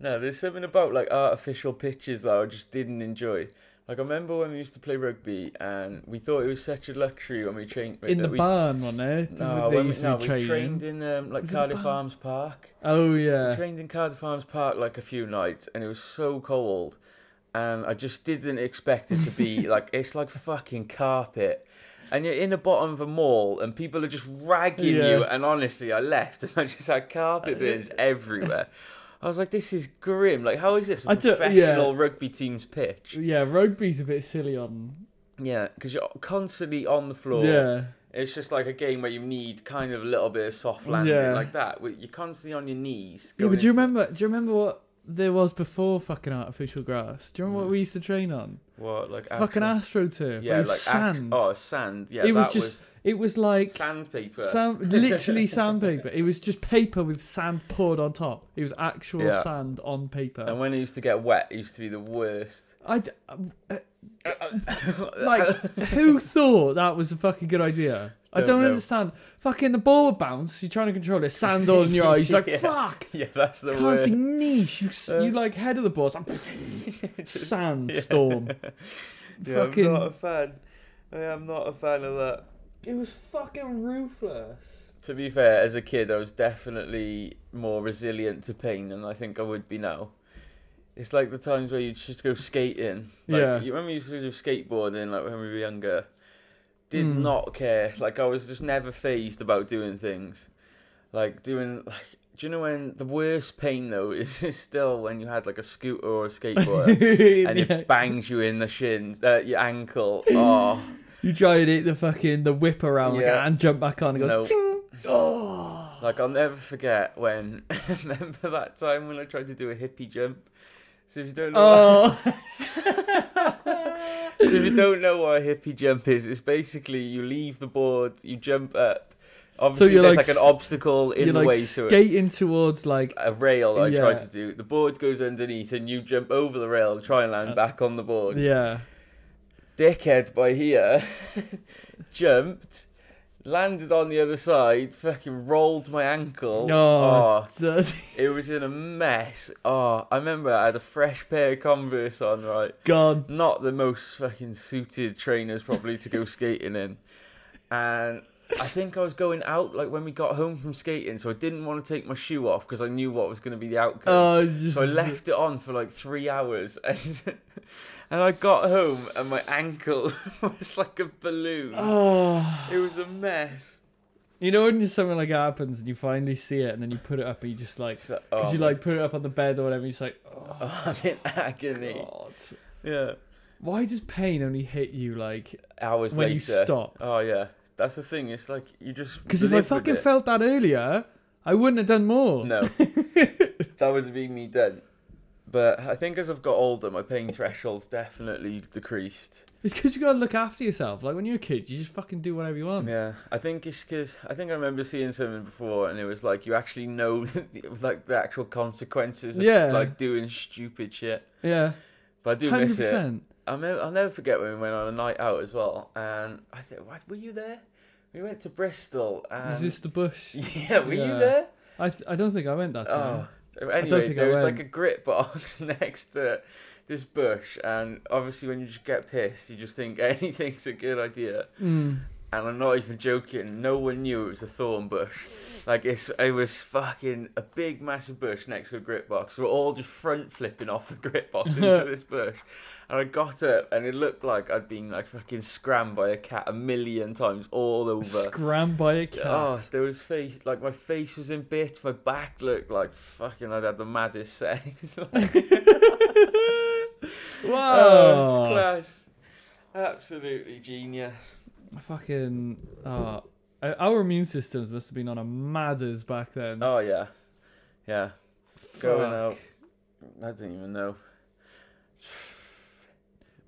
S2: No, there's something about like artificial pitches that I just didn't enjoy. Like I remember when we used to play rugby, and we thought it was such a luxury when we trained.
S1: In the
S2: we,
S1: barn, on there.
S2: No,
S1: they
S2: when we,
S1: used
S2: no,
S1: to be
S2: we
S1: training.
S2: trained in um, like
S1: Was it the
S2: Cardiff
S1: barn?
S2: Arms Park.
S1: Oh
S2: We
S1: yeah.
S2: trained in Cardiff Arms Park like a few nights, and it was so cold, and I just didn't expect it to be like it's like fucking carpet. And you're in the bottom of a mall, and people are just ragging you.
S1: Yeah. Uh,
S2: And honestly, I left, and I just had carpet bins everywhere. I was like, "This is grim. Like, how is this a
S1: I don't- yeah.
S2: professional rugby team's pitch?"
S1: Yeah, rugby's a bit silly on.
S2: Yeah, because you're constantly on the floor.
S1: Yeah.
S2: It's just like a game where you need kind of a little bit of soft landing,
S1: Yeah.
S2: like that. where You're constantly on your knees.
S1: Yeah,
S2: going
S1: but do you
S2: into-
S1: remember? Do you remember what there was before fucking artificial grass? Do you remember what we used to train on?
S2: what like
S1: Fucking
S2: actual-
S1: astroturf.
S2: Yeah,
S1: it was
S2: like act-
S1: sand.
S2: oh, sand. Yeah,
S1: it was
S2: that
S1: just. It was like
S2: was sandpaper.
S1: sand, literally sandpaper. It was just paper with sand poured on top. It was actual
S2: Yeah.
S1: sand on paper.
S2: and when it used to get wet, it used to be the worst.
S1: I d- uh, like who thought that was a fucking good idea? I
S2: Don't
S1: don't
S2: know.
S1: understand. Fucking the ball would bounce. You're trying to control it. Sand all in your eyes. You're like
S2: Yeah. Uh,
S1: fuck.
S2: yeah, that's the
S1: Can't
S2: worst.
S1: see niche. You s- you like head of the ball. It's like, sandstorm. fucking-
S2: a fan. I am not a fan of that.
S1: It was fucking ruthless.
S2: To be fair, as a kid, I was definitely more resilient to pain than I think I would be now. It's like the times where you just go skating. Like,
S1: Yeah.
S2: You remember you used to do skateboarding like when we were younger. Did
S1: Mm.
S2: not care. Like I was just never phased about doing things. Like doing like. Do you know when the worst pain though is, is still when you had like a scooter or a skateboard and
S1: Yeah.
S2: it bangs you in the shins, uh, your ankle. Oh,
S1: You try and hit the fucking the whip around like,
S2: Yeah.
S1: and jump back on and it goes. ting. Oh.
S2: Like I'll never forget when remember that time when I tried to do a hippie jump. So if you don't know,
S1: Oh.
S2: what, so if you don't know what a hippie jump is, it's basically you leave the board, you jump up. Obviously,
S1: you're
S2: there's
S1: like
S2: like, an
S1: s-
S2: obstacle in
S1: You're
S2: the
S1: like
S2: way, so it,
S1: skating towards like
S2: a rail. I tried
S1: Yeah.
S2: to do. The board goes underneath, and you jump over the rail, try and land
S1: Uh,
S2: back on the board.
S1: yeah.
S2: Dickhead by here jumped. Landed on the other side, fucking rolled my ankle.
S1: Oh,
S2: Oh,
S1: dirty.
S2: It was in a mess. Oh, I remember I had a fresh pair of Converse on, right?
S1: God.
S2: Not the most fucking suited trainers probably to go skating in. And I think I was going out like when we got home from skating, so I didn't want to take my shoe off because I knew what was going to be the outcome.
S1: Oh, it's just
S2: So I left it on for like three hours, and and I got home and my ankle was like a balloon.
S1: Oh.
S2: It was a mess.
S1: You know when something like that happens and you finally see it and then you put it up and you just like,
S2: So,
S1: because
S2: oh,
S1: you like put it up on the bed or whatever, you're just like, oh,
S2: oh, I'm in agony.
S1: God.
S2: Yeah.
S1: Why does pain only hit you like
S2: Hours
S1: when
S2: later.
S1: you stop?
S2: Oh yeah, that's the thing. It's like you just
S1: Because if I
S2: live with
S1: fucking
S2: it.
S1: felt that earlier, I wouldn't have done more.
S2: no, that would be me then. But I think as I've got older, my pain threshold's definitely decreased.
S1: It's because you gotta look after yourself. Like when you're a kid, you just fucking do whatever you want.
S2: Yeah, I think it's because I think I remember seeing something before, and it was like you actually know like the actual consequences of
S1: Yeah.
S2: like doing stupid shit.
S1: Yeah,
S2: But I do
S1: hundred
S2: miss it.
S1: percent.
S2: I mean, I'll never forget when we went on a night out as well, and I think, what- were you there? We went to Bristol, and
S1: Is this the bush?
S2: yeah, were
S1: Yeah.
S2: you there?
S1: I th- I don't think I went that time.
S2: Oh, anyway,
S1: think I
S2: there was
S1: went.
S2: like a grit box next to this bush, and obviously, when you just get pissed, you just think anything's a good idea.
S1: Mm.
S2: and I'm not even joking. No one knew it was a thorn bush. Like it's, it was fucking a big, massive bush next to a grit box. We're all just front flipping off the grit box into this bush, and I got up, and it looked like I'd been like fucking scrammed by a cat a million times all over.
S1: Scrammed by a cat.
S2: Oh, there was face like my face was in bits. My back looked like fucking. I'd had the maddest sex. like,
S1: wow.
S2: oh, it's class. Absolutely genius.
S1: Fucking. Uh, our immune systems must have been on a madders back then.
S2: Oh yeah, yeah. Going out.
S1: Fuck.
S2: I didn't even know.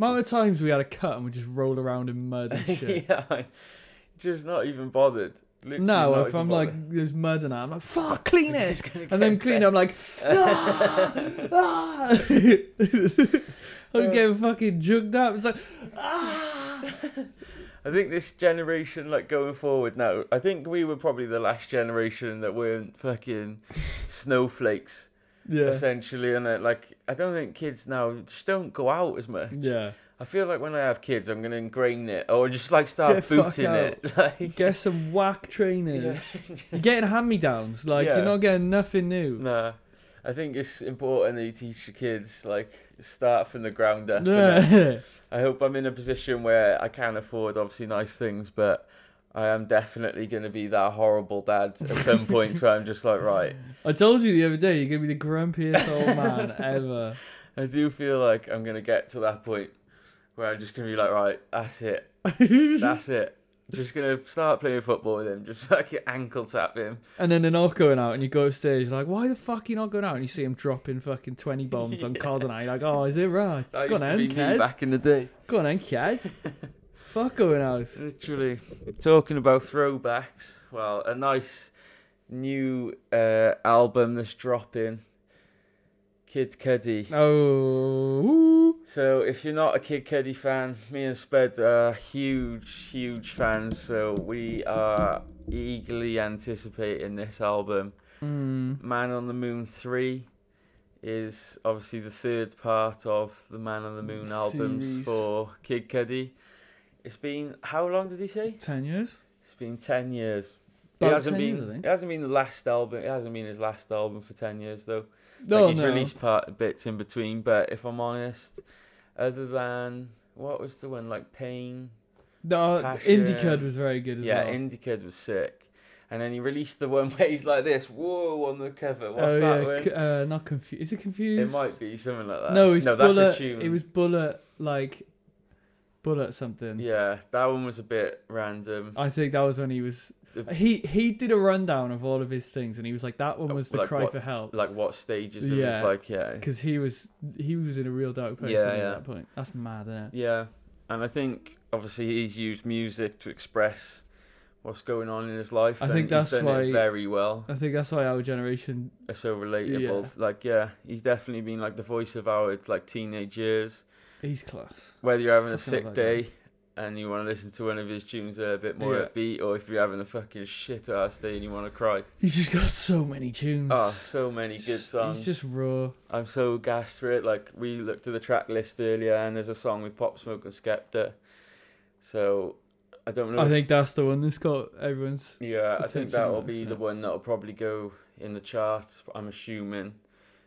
S1: Amount of times we had a cut and we just roll around in mud and shit.
S2: yeah, I- just not even bothered. Literally
S1: No,
S2: not
S1: if
S2: even
S1: I'm
S2: bothered.
S1: like there's mud and I'm like fuck, clean it,
S2: It's gonna
S1: and then
S2: get
S1: clean. it, I'm like, ah, ah. I'm getting fucking jugged up. It's like, ah,
S2: I think this generation, like going forward now, I think we were probably the last generation that weren't fucking snowflakes,
S1: yeah,
S2: essentially. And uh, like, I don't think kids now just don't go out as much.
S1: yeah.
S2: I feel like when I have kids, I'm gonna ingrain it, or just like start
S1: Get the fuck
S2: booting it. Like,
S1: Get some whack trainers. You're getting hand me downs. Like
S2: Yeah.
S1: you're not getting nothing new.
S2: Nah, I think it's important that you teach the kids like start from the ground up. innit?
S1: Yeah.
S2: I hope I'm in a position where I can afford obviously nice things, but I am definitely going to be that horrible dad at some points where I'm just like, right,
S1: I told you the other day you're gonna be the grumpiest old man ever.
S2: I do feel like I'm going to get to that point where I'm just going to be like, right, that's it, that's it. Just going to start playing football with him, just fucking ankle tap him.
S1: And then they're not going out, and you go upstairs, you're like, why the fuck are you not going out? And you see him dropping fucking 20 bombs on Cod, and you're like, oh, is it right?
S2: That
S1: Go on
S2: used to
S1: then,
S2: be me
S1: kid.
S2: back in the day.
S1: Go on then, kid. fuck going out.
S2: Literally. Talking about throwbacks, well, a nice new uh, album that's dropping. Kid Cudi.
S1: Oh, woo.
S2: So if you're not a Kid Cudi fan, me and Sped are huge, huge fans. So we are eagerly anticipating this album.
S1: Mm.
S2: Man on the Moon Three is obviously the third part of the Man on the Moon albums
S1: Series.
S2: for Kid Cudi. It's been how long did he say?
S1: 10 years?
S2: It's been ten years.
S1: About
S2: it hasn't
S1: 10
S2: been.
S1: years, I think.
S2: it hasn't been the last album. It hasn't been his last album for ten years though.
S1: No,
S2: like he's
S1: no.
S2: released part bits in between, but if I'm honest, other than what was the one like Pain?
S1: no
S2: Passion.
S1: Indie Cud uh, was very good as
S2: yeah,
S1: well.
S2: Indie Kid was sick, and then he released the one where he's like this, whoa, on the cover. What's
S1: oh,
S2: that
S1: yeah.
S2: one?
S1: c- Uh, not confused. Is it confused?
S2: It might be something like that.
S1: No, it's
S2: no, that's
S1: bullet.
S2: a tune.
S1: It was bullet, like, bullet something.
S2: Yeah, that one was a bit random.
S1: I think that was when he was.
S2: The-
S1: He he did a rundown of all of his things, and he was like, "That one was the
S2: Oh, like
S1: cry
S2: what-
S1: for help,"
S2: Like what stages? It
S1: Yeah.
S2: was like yeah,
S1: because he was he was in a real dark place
S2: Yeah,
S1: at
S2: yeah.
S1: that point. That's mad, isn't it?
S2: yeah, and I think obviously he's used music to express what's going on in his life.
S1: I
S2: and
S1: think
S2: he's
S1: that's
S2: done
S1: why-
S2: it very well.
S1: I think that's why our generation.
S2: are so relatable. Like, yeah, he's definitely been like the voice of our like teenage years.
S1: He's class.
S2: Whether you're having a
S1: Fucking
S2: sick
S1: love that guy.
S2: day and you want to listen to one of his tunes that are a bit more
S1: Yeah.
S2: upbeat, or if you're having a fucking shit ass day and you want to cry.
S1: He's just got so many tunes.
S2: Oh, so many good
S1: Just-
S2: songs.
S1: Mm. He's just raw.
S2: I'm so gassed for it. Like, we looked at the track list earlier, and there's a song with Pop Smoke and Skepta. So, I don't know.
S1: I
S2: if-
S1: think that's the one that's got everyone's.
S2: yeah, I
S1: potentially
S2: think that'll
S1: nice,
S2: be the
S1: yeah.
S2: one that'll probably go in the charts. I'm assuming.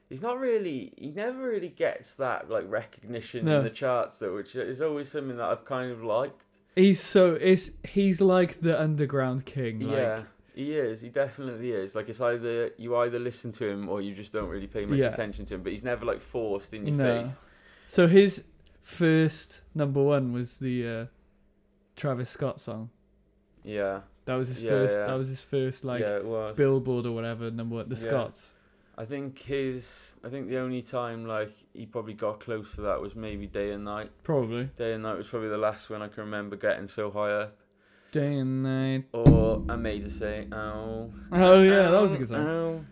S2: He's not really. He never really gets that like recognition
S1: No.
S2: in the charts though, which is always something that I've kind of liked.
S1: He's so it's he's like the underground king. Mm, Like,
S2: yeah, he is. He definitely is. Like it's either you either listen to him or you just don't really pay much
S1: Yeah.
S2: attention to him. But he's never like forced in your
S1: No.
S2: face.
S1: So his first number one was the uh, Travis Scott song.
S2: Yeah,
S1: That was his
S2: Yeah,
S1: first.
S2: yeah.
S1: That was his first like
S2: yeah, it was.
S1: Billboard or whatever number one. The
S2: Yeah.
S1: Scots.
S2: I think his. I think the only time like he probably got close to that was maybe Day and Night.
S1: Probably.
S2: Day and Night was probably the last one I can remember getting so high up.
S1: Day and night.
S2: Or I made to say, oh.
S1: Oh yeah, that was a good song.
S2: Oh.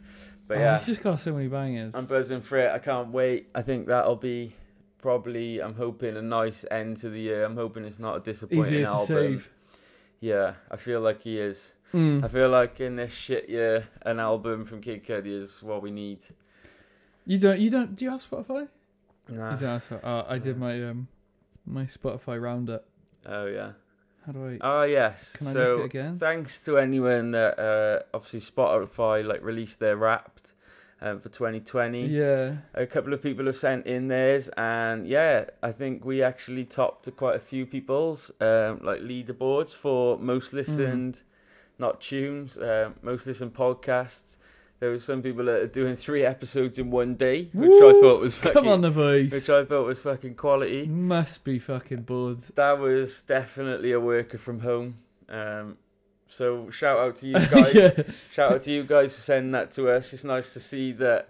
S2: But
S1: Oh,
S2: yeah,
S1: he's just got so many bangers.
S2: I'm buzzing for it. I can't wait. I think that'll be probably, I'm hoping, a nice end to the year. I'm hoping it's not a disappointing
S1: Easier to
S2: album.
S1: save.
S2: Yeah, I feel like he is.
S1: Mm.
S2: I feel like in this shit year, an album from Kid Cudi is what we need.
S1: You don't. You don't. Do you have Spotify?
S2: Nah.
S1: You don't have Spotify. Oh, I Uh, did
S2: No.
S1: my um my Spotify roundup.
S2: Oh, yeah.
S1: How do I?
S2: Ah, yes.
S1: Can I
S2: so
S1: make it again?
S2: thanks to anyone that uh, obviously Spotify like released their Wrapped um, for 2020.
S1: yeah.
S2: A couple of people have sent in theirs, and yeah, I think we actually topped to quite a few people's um, like leaderboards for most
S1: Hmm.
S2: listened, not tunes, um, most listened podcasts. There was some people that are doing three episodes in one day, which I
S1: Woo!
S2: thought was fucking,
S1: Come on, the
S2: which
S1: voice.
S2: I thought was fucking quality
S1: Must be fucking bored.
S2: that was definitely a worker from home. Um, so shout out to you guys.
S1: yeah.
S2: Shout out to you guys for sending that to us. It's nice to see that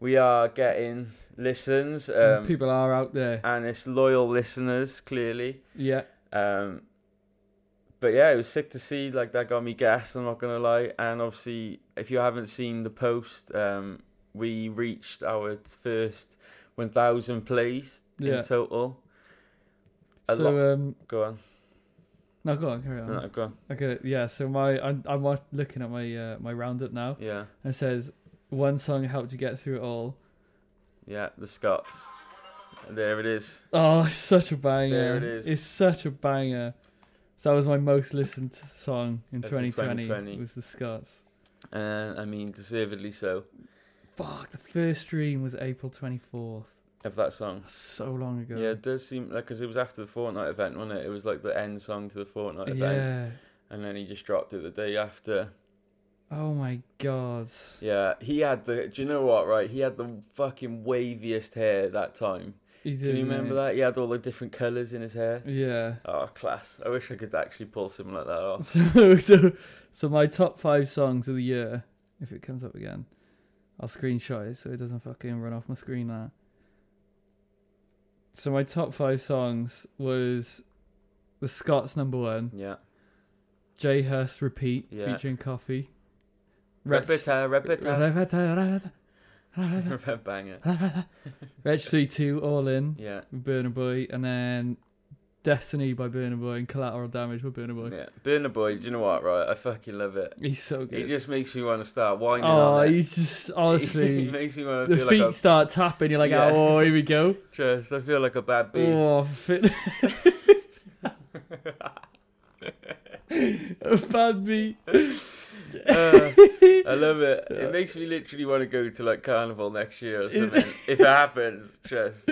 S2: we are getting listens, um, ah,
S1: People are out there.
S2: and it's loyal listeners clearly.
S1: Yeah.
S2: Um, but yeah, it was sick to see. Like that got me gassed. I'm not gonna lie. And obviously, if you haven't seen the post, um, we reached our first 1,000 plays
S1: Yeah.
S2: in total. A
S1: so
S2: lot.
S1: um,
S2: Go on.
S1: no, go on, carry on.
S2: No, go on.
S1: Okay, yeah. So my I'm, I'm wa- looking at my uh, my roundup now.
S2: Yeah.
S1: And it says one song helped you get through it all.
S2: Yeah, the Scots. There it is.
S1: Oh, it's such a banger!
S2: There it is.
S1: It's such a banger. So that was my most listened song in
S2: Of the
S1: 2020.
S2: 2020.
S1: Was the Scots.
S2: Uh, I mean, deservedly so,
S1: Fuck, the first stream was April 24th.
S2: of that song.
S1: That's so long ago.
S2: Yeah, it does seem like because it was after the Fortnite event, wasn't it? It was like the end song to the Fortnite event,
S1: Yeah.
S2: and then he just dropped it the day after.
S1: Oh my god.
S2: Yeah, he had the. Do you know what? Right, he had the fucking waviest hair that time.
S1: He did.
S2: Do you
S1: didn't
S2: remember
S1: he?
S2: that? He had all the different colours in his hair.
S1: Yeah.
S2: Oh, class! I wish I could actually pull something like that off.
S1: So, so, so my top five songs of the year, if it comes up again, I'll screenshot it so it doesn't fucking run off my screen now. So my top five songs was The Scots number one,
S2: Yeah,
S1: Jay Hurst Repeat
S2: Yeah.
S1: featuring Coffee. Wretch-
S2: repita, repita,
S1: Repeta, Repeta,
S2: Red banger.
S1: Repeta. Wretch 3 2 All In
S2: Yeah,
S1: with Burner Boy and then Destiny by Burner Boy and Collateral Damage by Burner Boy.
S2: yeah. Burner Boy. Do you know what? Right, I fucking love it.
S1: He's so
S2: He
S1: good.
S2: just makes me want to start whining
S1: Oh,
S2: on it.
S1: he's just
S2: he
S1: honestly
S2: makes me want to
S1: the
S2: feel
S1: feet
S2: like a
S1: start tapping. You're like,
S2: Yeah.
S1: oh, here we go.
S2: just. I feel like a bad bee.
S1: Oh, fit. Bad beat.
S2: Uh, I love it. It makes me literally want to go to like carnival next year or
S1: Is-
S2: something. if it happens, just.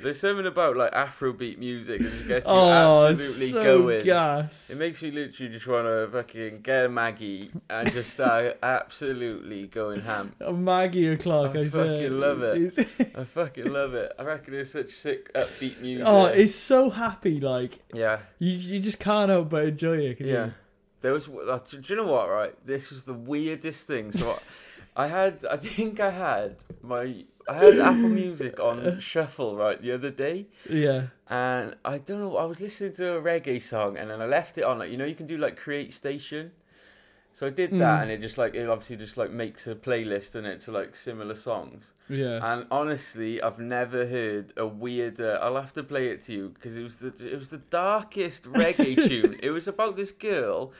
S2: There's something about like Afrobeat music that just gets you
S1: Oh,
S2: absolutely
S1: so
S2: going.
S1: gas.
S2: It makes me literally just want to fucking get a Maggie and just start absolutely going ham.
S1: Oh, Maggie o'clock.
S2: I
S1: I, say.
S2: fucking love it.
S1: It's-
S2: I fucking love it. I reckon it's such sick upbeat music.
S1: oh, it's so happy. Like
S2: yeah.
S1: you, you just can't help but enjoy it. Can
S2: Yeah.
S1: You?
S2: There was. uh, Do do you know what? Right. This was the weirdest thing. So, I, I had. I think I had my. I had Apple Music on shuffle right the other day,
S1: Yeah.
S2: and I don't know. I was listening to a reggae song, and then I left it on. Like you know, you can do like create station. So I did that,
S1: Mm.
S2: and it just like it obviously just like makes a playlist in it to like similar songs.
S1: Yeah.
S2: And honestly, I've never heard a weirder. I'll have to play it to you because it was the it was the darkest reggae tune. It was about this girl,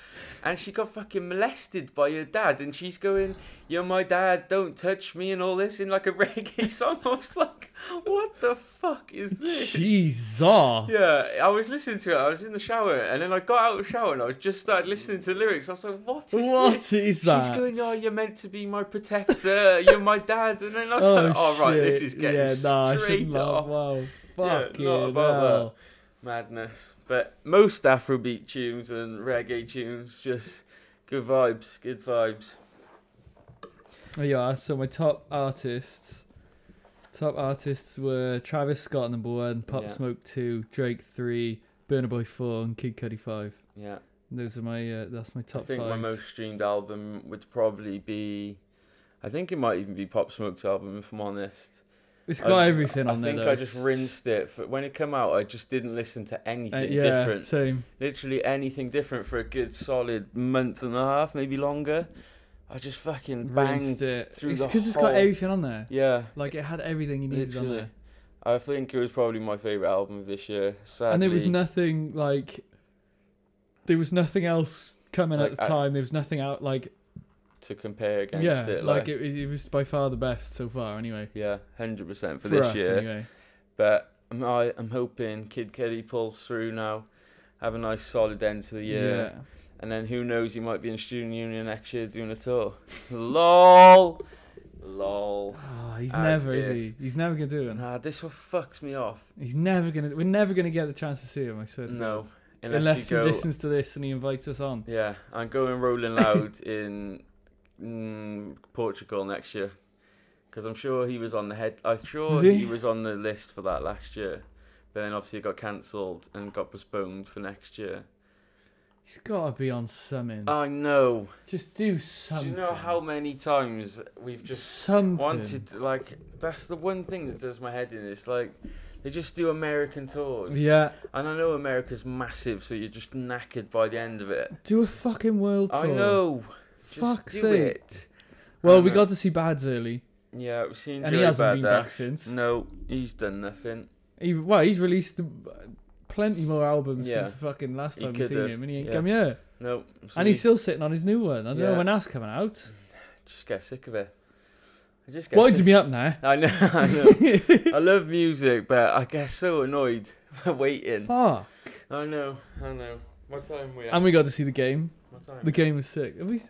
S2: and she got fucking molested by her dad, and she's going, "You're my dad, don't touch me," and all this in like a reggae song. I was like, "What the fuck is this?"
S1: Jesus.
S2: Yeah, I was listening to it. I was in the shower, and then I got out of the shower, and I just started listening to the lyrics. I was like, "What is
S1: What
S2: this?"
S1: is
S2: She's
S1: that?
S2: going, oh, you're meant to be my protector. you're my dad. And then I was
S1: Oh,
S2: like, oh, right, this
S1: shit.
S2: is getting
S1: yeah, nah, I
S2: straight
S1: shouldn't laugh.
S2: off
S1: Wow.
S2: Yeah, not
S1: Fucking
S2: about that.
S1: hell.
S2: madness. But most Afrobeat tunes and reggae tunes, just good vibes, good vibes.
S1: Oh, yeah, so my top artists. Top artists were Travis Scott number one, Pop
S2: Yeah.
S1: Smoke two, Drake three, Burner Boy four, and Kid Cudi five.
S2: Yeah,
S1: Those are my uh, that's my top
S2: I think
S1: five.
S2: my most streamed album would probably be. I think it might even be Pop Smoke's album, if I'm honest.
S1: it's got
S2: I-
S1: everything
S2: I
S1: on there.
S2: think
S1: though.
S2: I just rinsed it. For, when it came out, I just didn't listen to
S1: Uh,
S2: anything
S1: yeah,
S2: different.
S1: same.
S2: literally anything different for a good solid month and a half, maybe longer. I just fucking
S1: Rinsed
S2: banged.
S1: it.
S2: through
S1: It's
S2: the
S1: because it's got
S2: whole-
S1: everything on there.
S2: Yeah,
S1: Like it had everything you needed on
S2: literally.
S1: there,
S2: I think it was probably my favorite album of this year. Sadly,
S1: and there was nothing like. There was nothing else coming
S2: Like,
S1: at the
S2: I-
S1: time. There was nothing out like
S2: to compare against
S1: yeah,
S2: it. Like,
S1: like it, it was by far the best so far. Anyway,
S2: yeah, hundred percent for,
S1: for,
S2: this
S1: us
S2: year.
S1: anyway.
S2: But I'm, I, I'm hoping Kid Cudi pulls through now. have a nice solid end to the year.
S1: yeah.
S2: And then who knows, you might be in student union next year doing a tour. Lol. Lol.
S1: Ah, he's
S2: As
S1: never, is
S2: if-
S1: he? He's never gonna do it.
S2: Nah, this one fucks me off.
S1: He's never gonna. We're never gonna get the chance to see him. I swear. To
S2: No.
S1: God.
S2: Unless,
S1: unless
S2: you
S1: he
S2: go.
S1: listens to this and he invites us on.
S2: Yeah, I'm going Rolling Loud in mm, Portugal next year. Because I'm sure he was on the head. I'm sure
S1: Was he?
S2: he? was on the list for that last year. But then obviously it got cancelled and got postponed for next year.
S1: He's gotta be on something.
S2: I know.
S1: Just do Mm. something.
S2: Uh, Do you know how many times we've just
S1: something?
S2: wanted like that's the one thing that does my head in it's like they just do american tours
S1: Yeah.
S2: and i know america's massive so you're just knackered by the end of it
S1: Do a fucking world tour.
S2: i know just
S1: Fuck's
S2: do
S1: sake.
S2: it
S1: Well,
S2: And
S1: we
S2: then-
S1: got to see Bads early.
S2: yeah we've seen
S1: And
S2: Joey
S1: he hasn't been
S2: Badass.
S1: back since.
S2: no he's done nothing
S1: He, well, he's released uh, plenty more albums
S2: Yeah.
S1: since the fucking last
S2: He
S1: time we seen
S2: could've,
S1: him, and he ain't
S2: yeah.
S1: come here.
S2: no so
S1: and he's still sitting on his new one. I don't know
S2: Yeah.
S1: when that's coming out.
S2: just get sick of it i just get
S1: Winding
S2: sick.
S1: me up now.
S2: i know i know i love music but i get so annoyed by waiting
S1: Fuck.
S2: i know i know what time we at?
S1: And we got to see the game.
S2: what time
S1: The game was sick. Have we? s-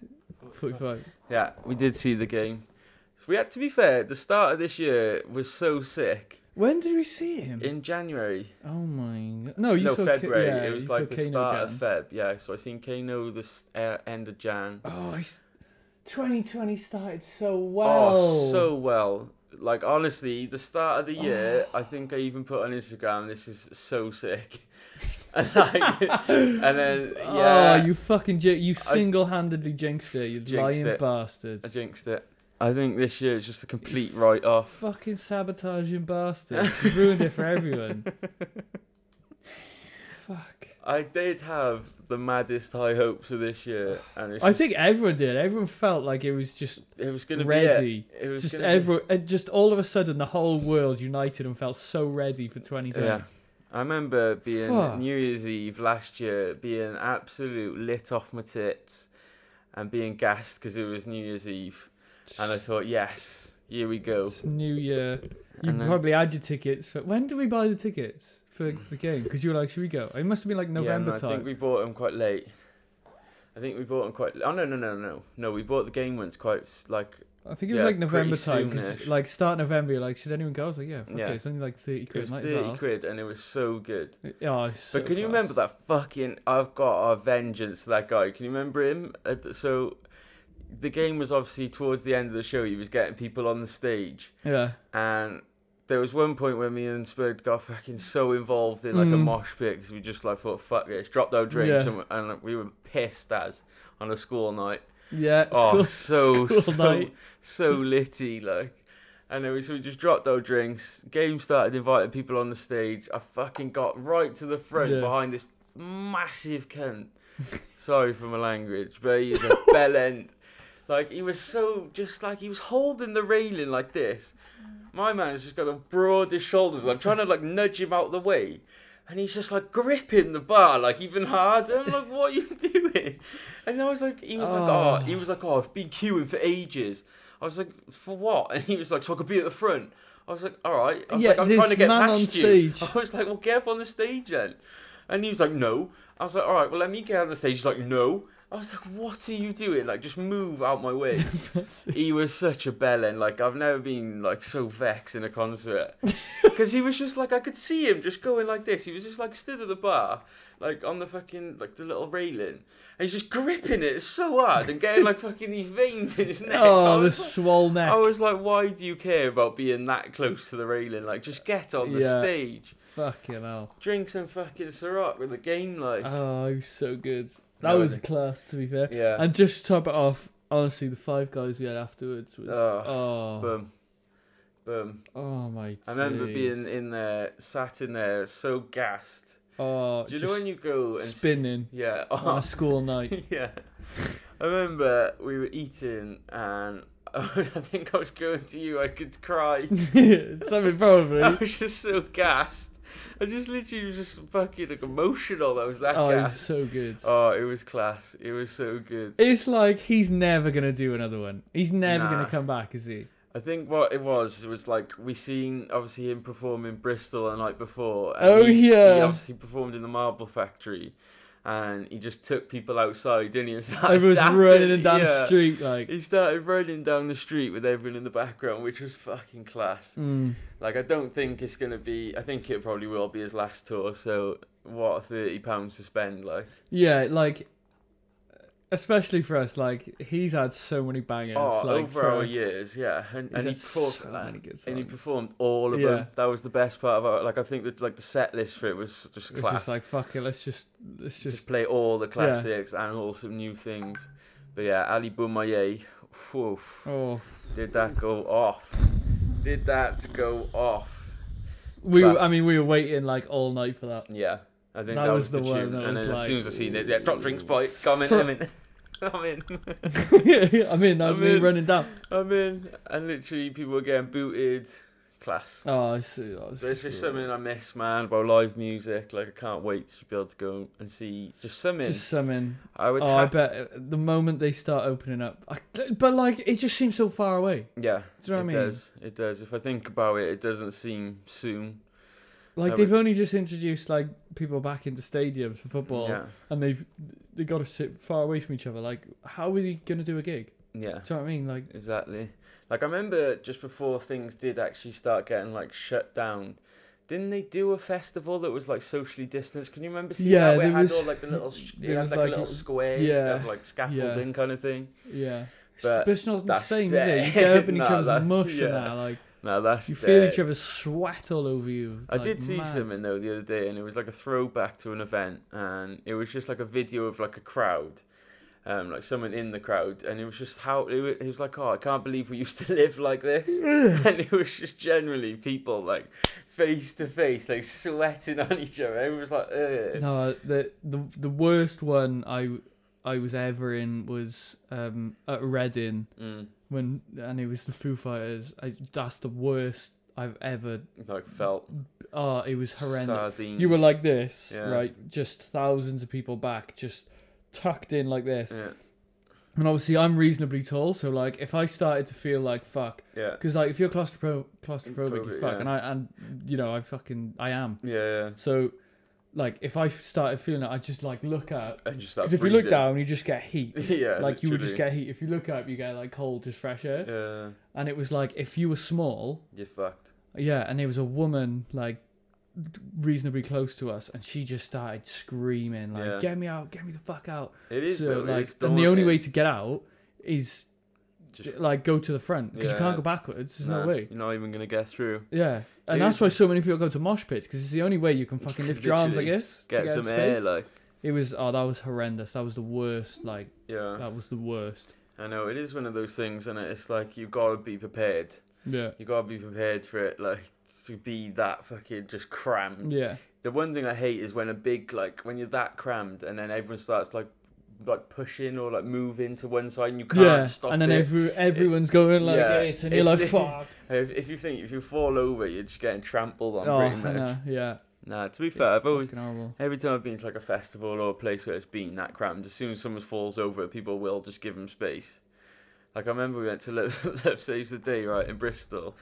S1: Forty-five.
S2: Yeah, we did see the game. We had to be fair. The start of this year was so sick.
S1: When did we see him?
S2: In January,
S1: oh my. God. No, Oh, you
S2: no
S1: saw
S2: February,
S1: Ka- yeah,
S2: it
S1: you
S2: was
S1: saw
S2: like the
S1: Kano
S2: start
S1: Jan.
S2: of Feb. Yeah, so I seen Kano the s- uh, end of Jan.
S1: Oh, he's... 2020 started so well.
S2: Oh, so well. Like honestly, the start of the year, I think I even put on Instagram. This is so sick. and, like, and then yeah,
S1: Oh, you fucking j- you
S2: I-
S1: single-handedly jinxed it, you
S2: Jinxed
S1: lying
S2: it.
S1: bastards.
S2: I jinxed it. I think this year is just a complete write off.
S1: Fucking sabotaging bastards. You ruined it for everyone. Fuck.
S2: I did have the maddest high hopes for this year, and it's
S1: I
S2: just-
S1: think everyone did. Everyone felt like it was just
S2: it was going to be it.
S1: ready.
S2: It was
S1: Just
S2: gonna be-
S1: everyone, and just all of a sudden, the whole world united and felt so ready for 2020.
S2: Yeah. I remember being
S1: Fuck.
S2: New Year's Eve last year, being absolute lit off my tits, and being gassed because it was New Year's Eve, and I thought, yes, here we go.
S1: It's New Year. You
S2: And then-
S1: probably had your tickets for. When did we buy the tickets for the game? Because you were like, should we go? It must have been like November
S2: yeah, and I
S1: time.
S2: think we bought them quite late. I think we bought them quite. Oh no no no no no! We bought the game once quite s- like
S1: I think it was
S2: yeah,
S1: like November
S2: pretty
S1: time. 'cause,
S2: soonish.
S1: like start November, you're like, should anyone go? I was like, yeah, fuck
S2: Yeah.
S1: it. It's only like 30
S2: it
S1: quid.
S2: was
S1: might
S2: thirty
S1: as
S2: quid and it was so good.
S1: well. Oh, it's so
S2: but can you remember
S1: class.
S2: that fucking I've got a vengeance that guy? Can you remember him? At the- So the game was obviously towards the end of the show. He was getting people on the stage,
S1: Yeah.
S2: and there was one point where me and Spurg got fucking so involved in like a
S1: Mm.
S2: mosh pit 'cause we just like thought fuck this, dropped our drinks,
S1: Yeah.
S2: and, and like, we were pissed as on a school night.
S1: Yeah. school-
S2: Oh, so
S1: school
S2: so
S1: night.
S2: so litty like. And then we, so we just dropped our drinks. Game started inviting people on the stage. I fucking got right to the front
S1: Yeah.
S2: behind this massive cunt. Sorry for my language, but he's a bell end. Like he was so just like he was holding the railing like this. My man's just got the broadest shoulders. and I'm trying to like nudge him out the way. And he's just like gripping the bar like even harder. I'm like, what are you doing? And I was like, he was like,
S1: Oh.
S2: oh, he was like, oh, I've been queuing for ages. I was like, for what? And he was like, so I could be at the front. I was like, all right. I was
S1: Yeah,
S2: like, I'm
S1: this
S2: trying to get
S1: man
S2: past
S1: on
S2: you.
S1: stage.
S2: I was like, well, get up on the stage then. And he was like, no. I was like, all right, well, let me get on the stage. He's like, no. I was like, what are you doing? Like, just move out my way.
S1: That's it.
S2: he was such a bellend. Like, I've never been like so vexed in a concert because he was just like, I could see him just going like this. He was just like stood at the bar, like on the fucking like the little railing, and he's just gripping it so hard and getting like fucking these veins in his neck. I
S1: Oh, the
S2: was
S1: swole neck.
S2: I was like, why do you care about being that close to the railing? Like, just get on the
S1: Yeah.
S2: stage,
S1: Fucking hell.
S2: drink some fucking Ciroc with a game like.
S1: Oh, he was so good. That
S2: No,
S1: was
S2: I think-
S1: class, to be fair.
S2: yeah.
S1: And just to top it off, honestly, the five guys we had afterwards was. Oh,
S2: Oh, boom. Boom.
S1: oh my
S2: I remember being
S1: days.
S2: in there, sat in there, so gassed.
S1: Oh,
S2: Do you know when you go and s-
S1: spinning
S2: Yeah. oh,
S1: on a school night?
S2: yeah. I remember we were eating and I think I was going to you. I could cry.
S1: Something
S2: I
S1: probably.
S2: was just so gassed. I just literally was just fucking like emotional. I was that
S1: Oh, it was
S2: gassed.
S1: so good.
S2: Oh, it was class. It was so good.
S1: It's like he's never gonna do another one. He's never
S2: Nah.
S1: gonna come back, is he?
S2: I think what it was, it was like we seen obviously him perform in Bristol the night before.
S1: Oh,
S2: he,
S1: yeah.
S2: He obviously performed in the Marble Factory, and he just took people outside, didn't he? And started
S1: Everyone's
S2: dancing,
S1: running down the
S2: yeah.
S1: street like.
S2: He started running down the street with everyone in the background, which was fucking class.
S1: Mm.
S2: Like I don't think it's gonna be. I think it probably will be his last tour. So what thirty pounds to spend? Like
S1: Yeah, like especially for us, like he's had so many bangers.
S2: oh,
S1: like
S2: over
S1: for
S2: our
S1: us.
S2: years, yeah. And,
S1: He's
S2: and he
S1: had so
S2: performed,
S1: many good
S2: and he
S1: songs.
S2: performed all of
S1: Yeah.
S2: them. That was the best part of it. Like I think that like the set list for it was just
S1: It's
S2: class.
S1: just like fuck it, let's just let's
S2: just,
S1: just
S2: play all the classics and all some new things. But yeah, Ali Boumaye, woof,
S1: oh
S2: did that go off? Did that go off?
S1: we were, I
S2: class.
S1: mean we were waiting like all night for that.
S2: Yeah, I think
S1: That
S2: that,
S1: was the
S2: was,
S1: one
S2: tune.
S1: that
S2: and
S1: was
S2: then as soon
S1: like-
S2: as I seen it, yeah, drop drinks, boy, come in,
S1: Drop-
S2: I'm in, I'm in.
S1: I mean that was
S2: I
S1: me
S2: mean-
S1: running down.
S2: I'm in, and literally people were getting booted. Class.
S1: Oh, I see. That was
S2: There's
S1: just
S2: just something I miss, man, about live music. Like I can't wait to be able to go and see just something.
S1: just something.
S2: I would.
S1: Oh,
S2: ha-
S1: I bet the moment they start opening up, I, but like it just seems so far away.
S2: Yeah.
S1: Do you know
S2: it
S1: what I mean?
S2: does. It does. If I think about it, it doesn't seem soon.
S1: Like
S2: I
S1: they've only just introduced like people back into stadiums for football,
S2: Yeah.
S1: and they've they got to sit far away from each other. Like, how are you gonna do a gig?
S2: Yeah.
S1: Do you know what I mean? Like,
S2: Exactly. Like I remember just before things did actually start getting like shut down. Didn't they do a festival that was like socially distanced? Can you remember seeing
S1: Yeah,
S2: that? Where it
S1: there
S2: had
S1: was-
S2: all like the little, sh- it
S1: there
S2: had,
S1: was,
S2: like,
S1: like,
S2: a little
S1: little-
S2: squares
S1: yeah,
S2: of like
S1: yeah.
S2: scaffolding kind of thing.
S1: yeah, It's- but,
S2: But
S1: it's not the
S2: that's
S1: same, is it? You
S2: dead.
S1: get up in each
S2: No,
S1: other's
S2: that-
S1: mush
S2: yeah.
S1: and that. Like,
S2: Now that's
S1: you feel
S2: dead.
S1: each other's sweat all over you.
S2: I
S1: like,
S2: did see
S1: mad.
S2: something though the other day, and it was like a throwback to an event, and it was just like a video of like a crowd, um, like someone in the crowd, and it was just how it was, it was like, oh, I can't believe we used to live like this, and it was just generally people like face to face, like sweating on each other. Everyone was like, Ugh.
S1: No, uh, the the the worst one I I was ever in was um at Reading
S2: Mm,
S1: when, and it was the Foo Fighters. I, that's the worst I've ever.
S2: like felt
S1: Oh, it was horrendous.
S2: sardines.
S1: You were like this,
S2: Yeah.
S1: right? Just thousands of people back, just tucked in like this.
S2: yeah,
S1: And obviously, I'm reasonably tall, so like if I started to feel like fuck,
S2: yeah,
S1: because like if you're claustropho- claustrophobic, you
S2: Phobic,
S1: fuck,
S2: yeah.
S1: and I and you know I fucking I am.
S2: yeah, yeah.
S1: So like if I started feeling it, I just like look up
S2: and just
S1: because
S2: because
S1: if you look down, you just get heat.
S2: yeah,
S1: like you would just
S2: literally.
S1: get heat. If you look up, you get like cold, just fresh air.
S2: yeah,
S1: And it was like if you were small,
S2: you're fucked.
S1: yeah, and there was a woman like reasonably close to us, and she just started screaming like,
S2: Yeah.
S1: "Get me out! Get me the fuck out!"
S2: It is
S1: so
S2: though, it
S1: like,
S2: is
S1: and the only
S2: daunting.
S1: way to get out is
S2: Just-
S1: like go to the front because you
S2: Yeah.
S1: can't go backwards. There's
S2: Nah,
S1: no way.
S2: You're not even gonna get through.
S1: Yeah, and
S2: It
S1: that's
S2: is-
S1: why so many people go to mosh pits because it's the only way you can fucking lift your arms, I
S2: Literally.
S1: guess. to
S2: Get
S1: get
S2: some
S1: space.
S2: air, like
S1: It was oh, that was horrendous. That was the worst. Like
S2: yeah.
S1: that was the worst.
S2: I know it is one of those things, and it's like you gotta be prepared.
S1: Yeah.
S2: You gotta be prepared for it, like to be that fucking just crammed.
S1: Yeah.
S2: The one thing I hate is when a big like when you're that crammed, and then everyone starts like like pushing or like moving to one side, and you can't
S1: yeah,
S2: stop
S1: and then
S2: it.
S1: every, everyone's going like
S2: Yeah,
S1: this, and you're like,
S2: it's-
S1: "Fuck!"
S2: if, if you think if you fall over, you're just getting trampled on
S1: Oh,
S2: pretty
S1: I
S2: much.
S1: know, yeah.
S2: Nah, to be
S1: It's
S2: fair, I've always
S1: fucking horrible.
S2: Every time I've been to like a festival or a place where it's been that crammed, as soon as someone falls over, people will just give them space. Like I remember we went to Love, Love Saves the Day right in Bristol,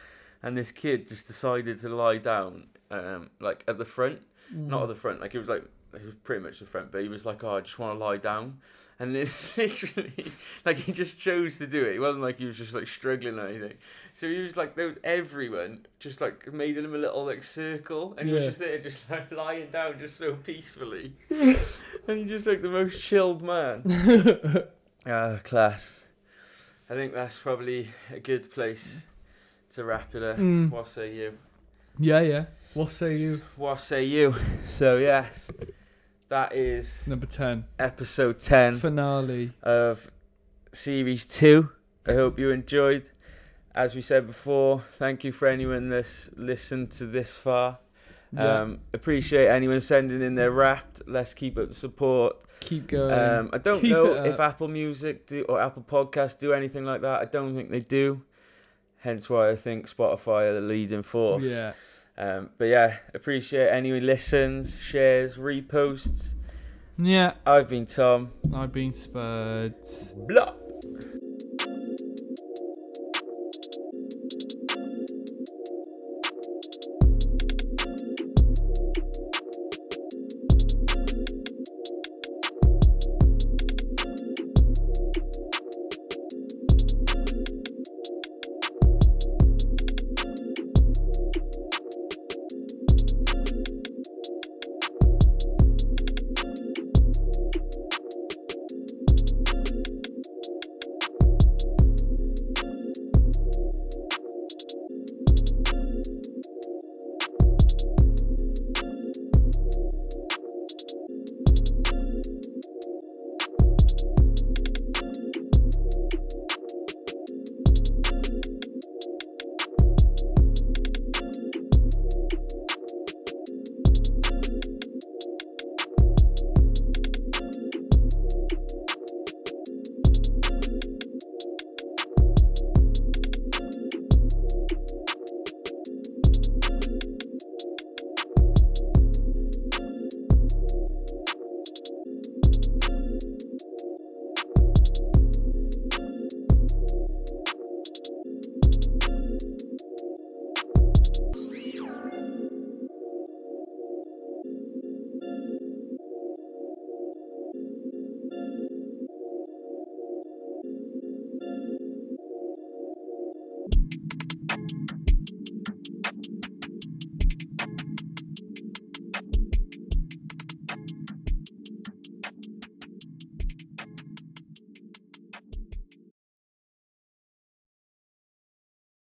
S2: and this kid just decided to lie down, um, like at the front,
S1: Hmm.
S2: not at the front. Like it was like it was pretty much the front, but he was like, "Oh, I just want to lie down," and then literally, like he just chose to do it. It wasn't like he was just like struggling or anything. So he was like, there was everyone just like made him a little like circle, and he was
S1: Yeah.
S2: just there, just like lying down, just so peacefully, and he just like the most chilled man. Ah, class. I think that's probably a good place to wrap it up.
S1: Mm.
S2: What say you?
S1: Yeah, yeah. What say you?
S2: What say you? So yes, that is
S1: Number ten
S2: episode ten
S1: finale.
S2: of series two. I hope you enjoyed. As we said before, thank you for anyone that's listened to this far.
S1: Yeah,
S2: Um, appreciate anyone sending in their wrapped. Let's keep up the support.
S1: keep going.
S2: Um, I don't
S1: keep
S2: know
S1: it
S2: if
S1: up.
S2: Apple Music do or Apple Podcasts do anything like that. I don't think they do. Hence why I think Spotify are the leading force.
S1: yeah,
S2: Um, but yeah, appreciate anyone listens, shares, reposts.
S1: yeah.
S2: I've been Tom.
S1: I've been spurred.
S2: Blah.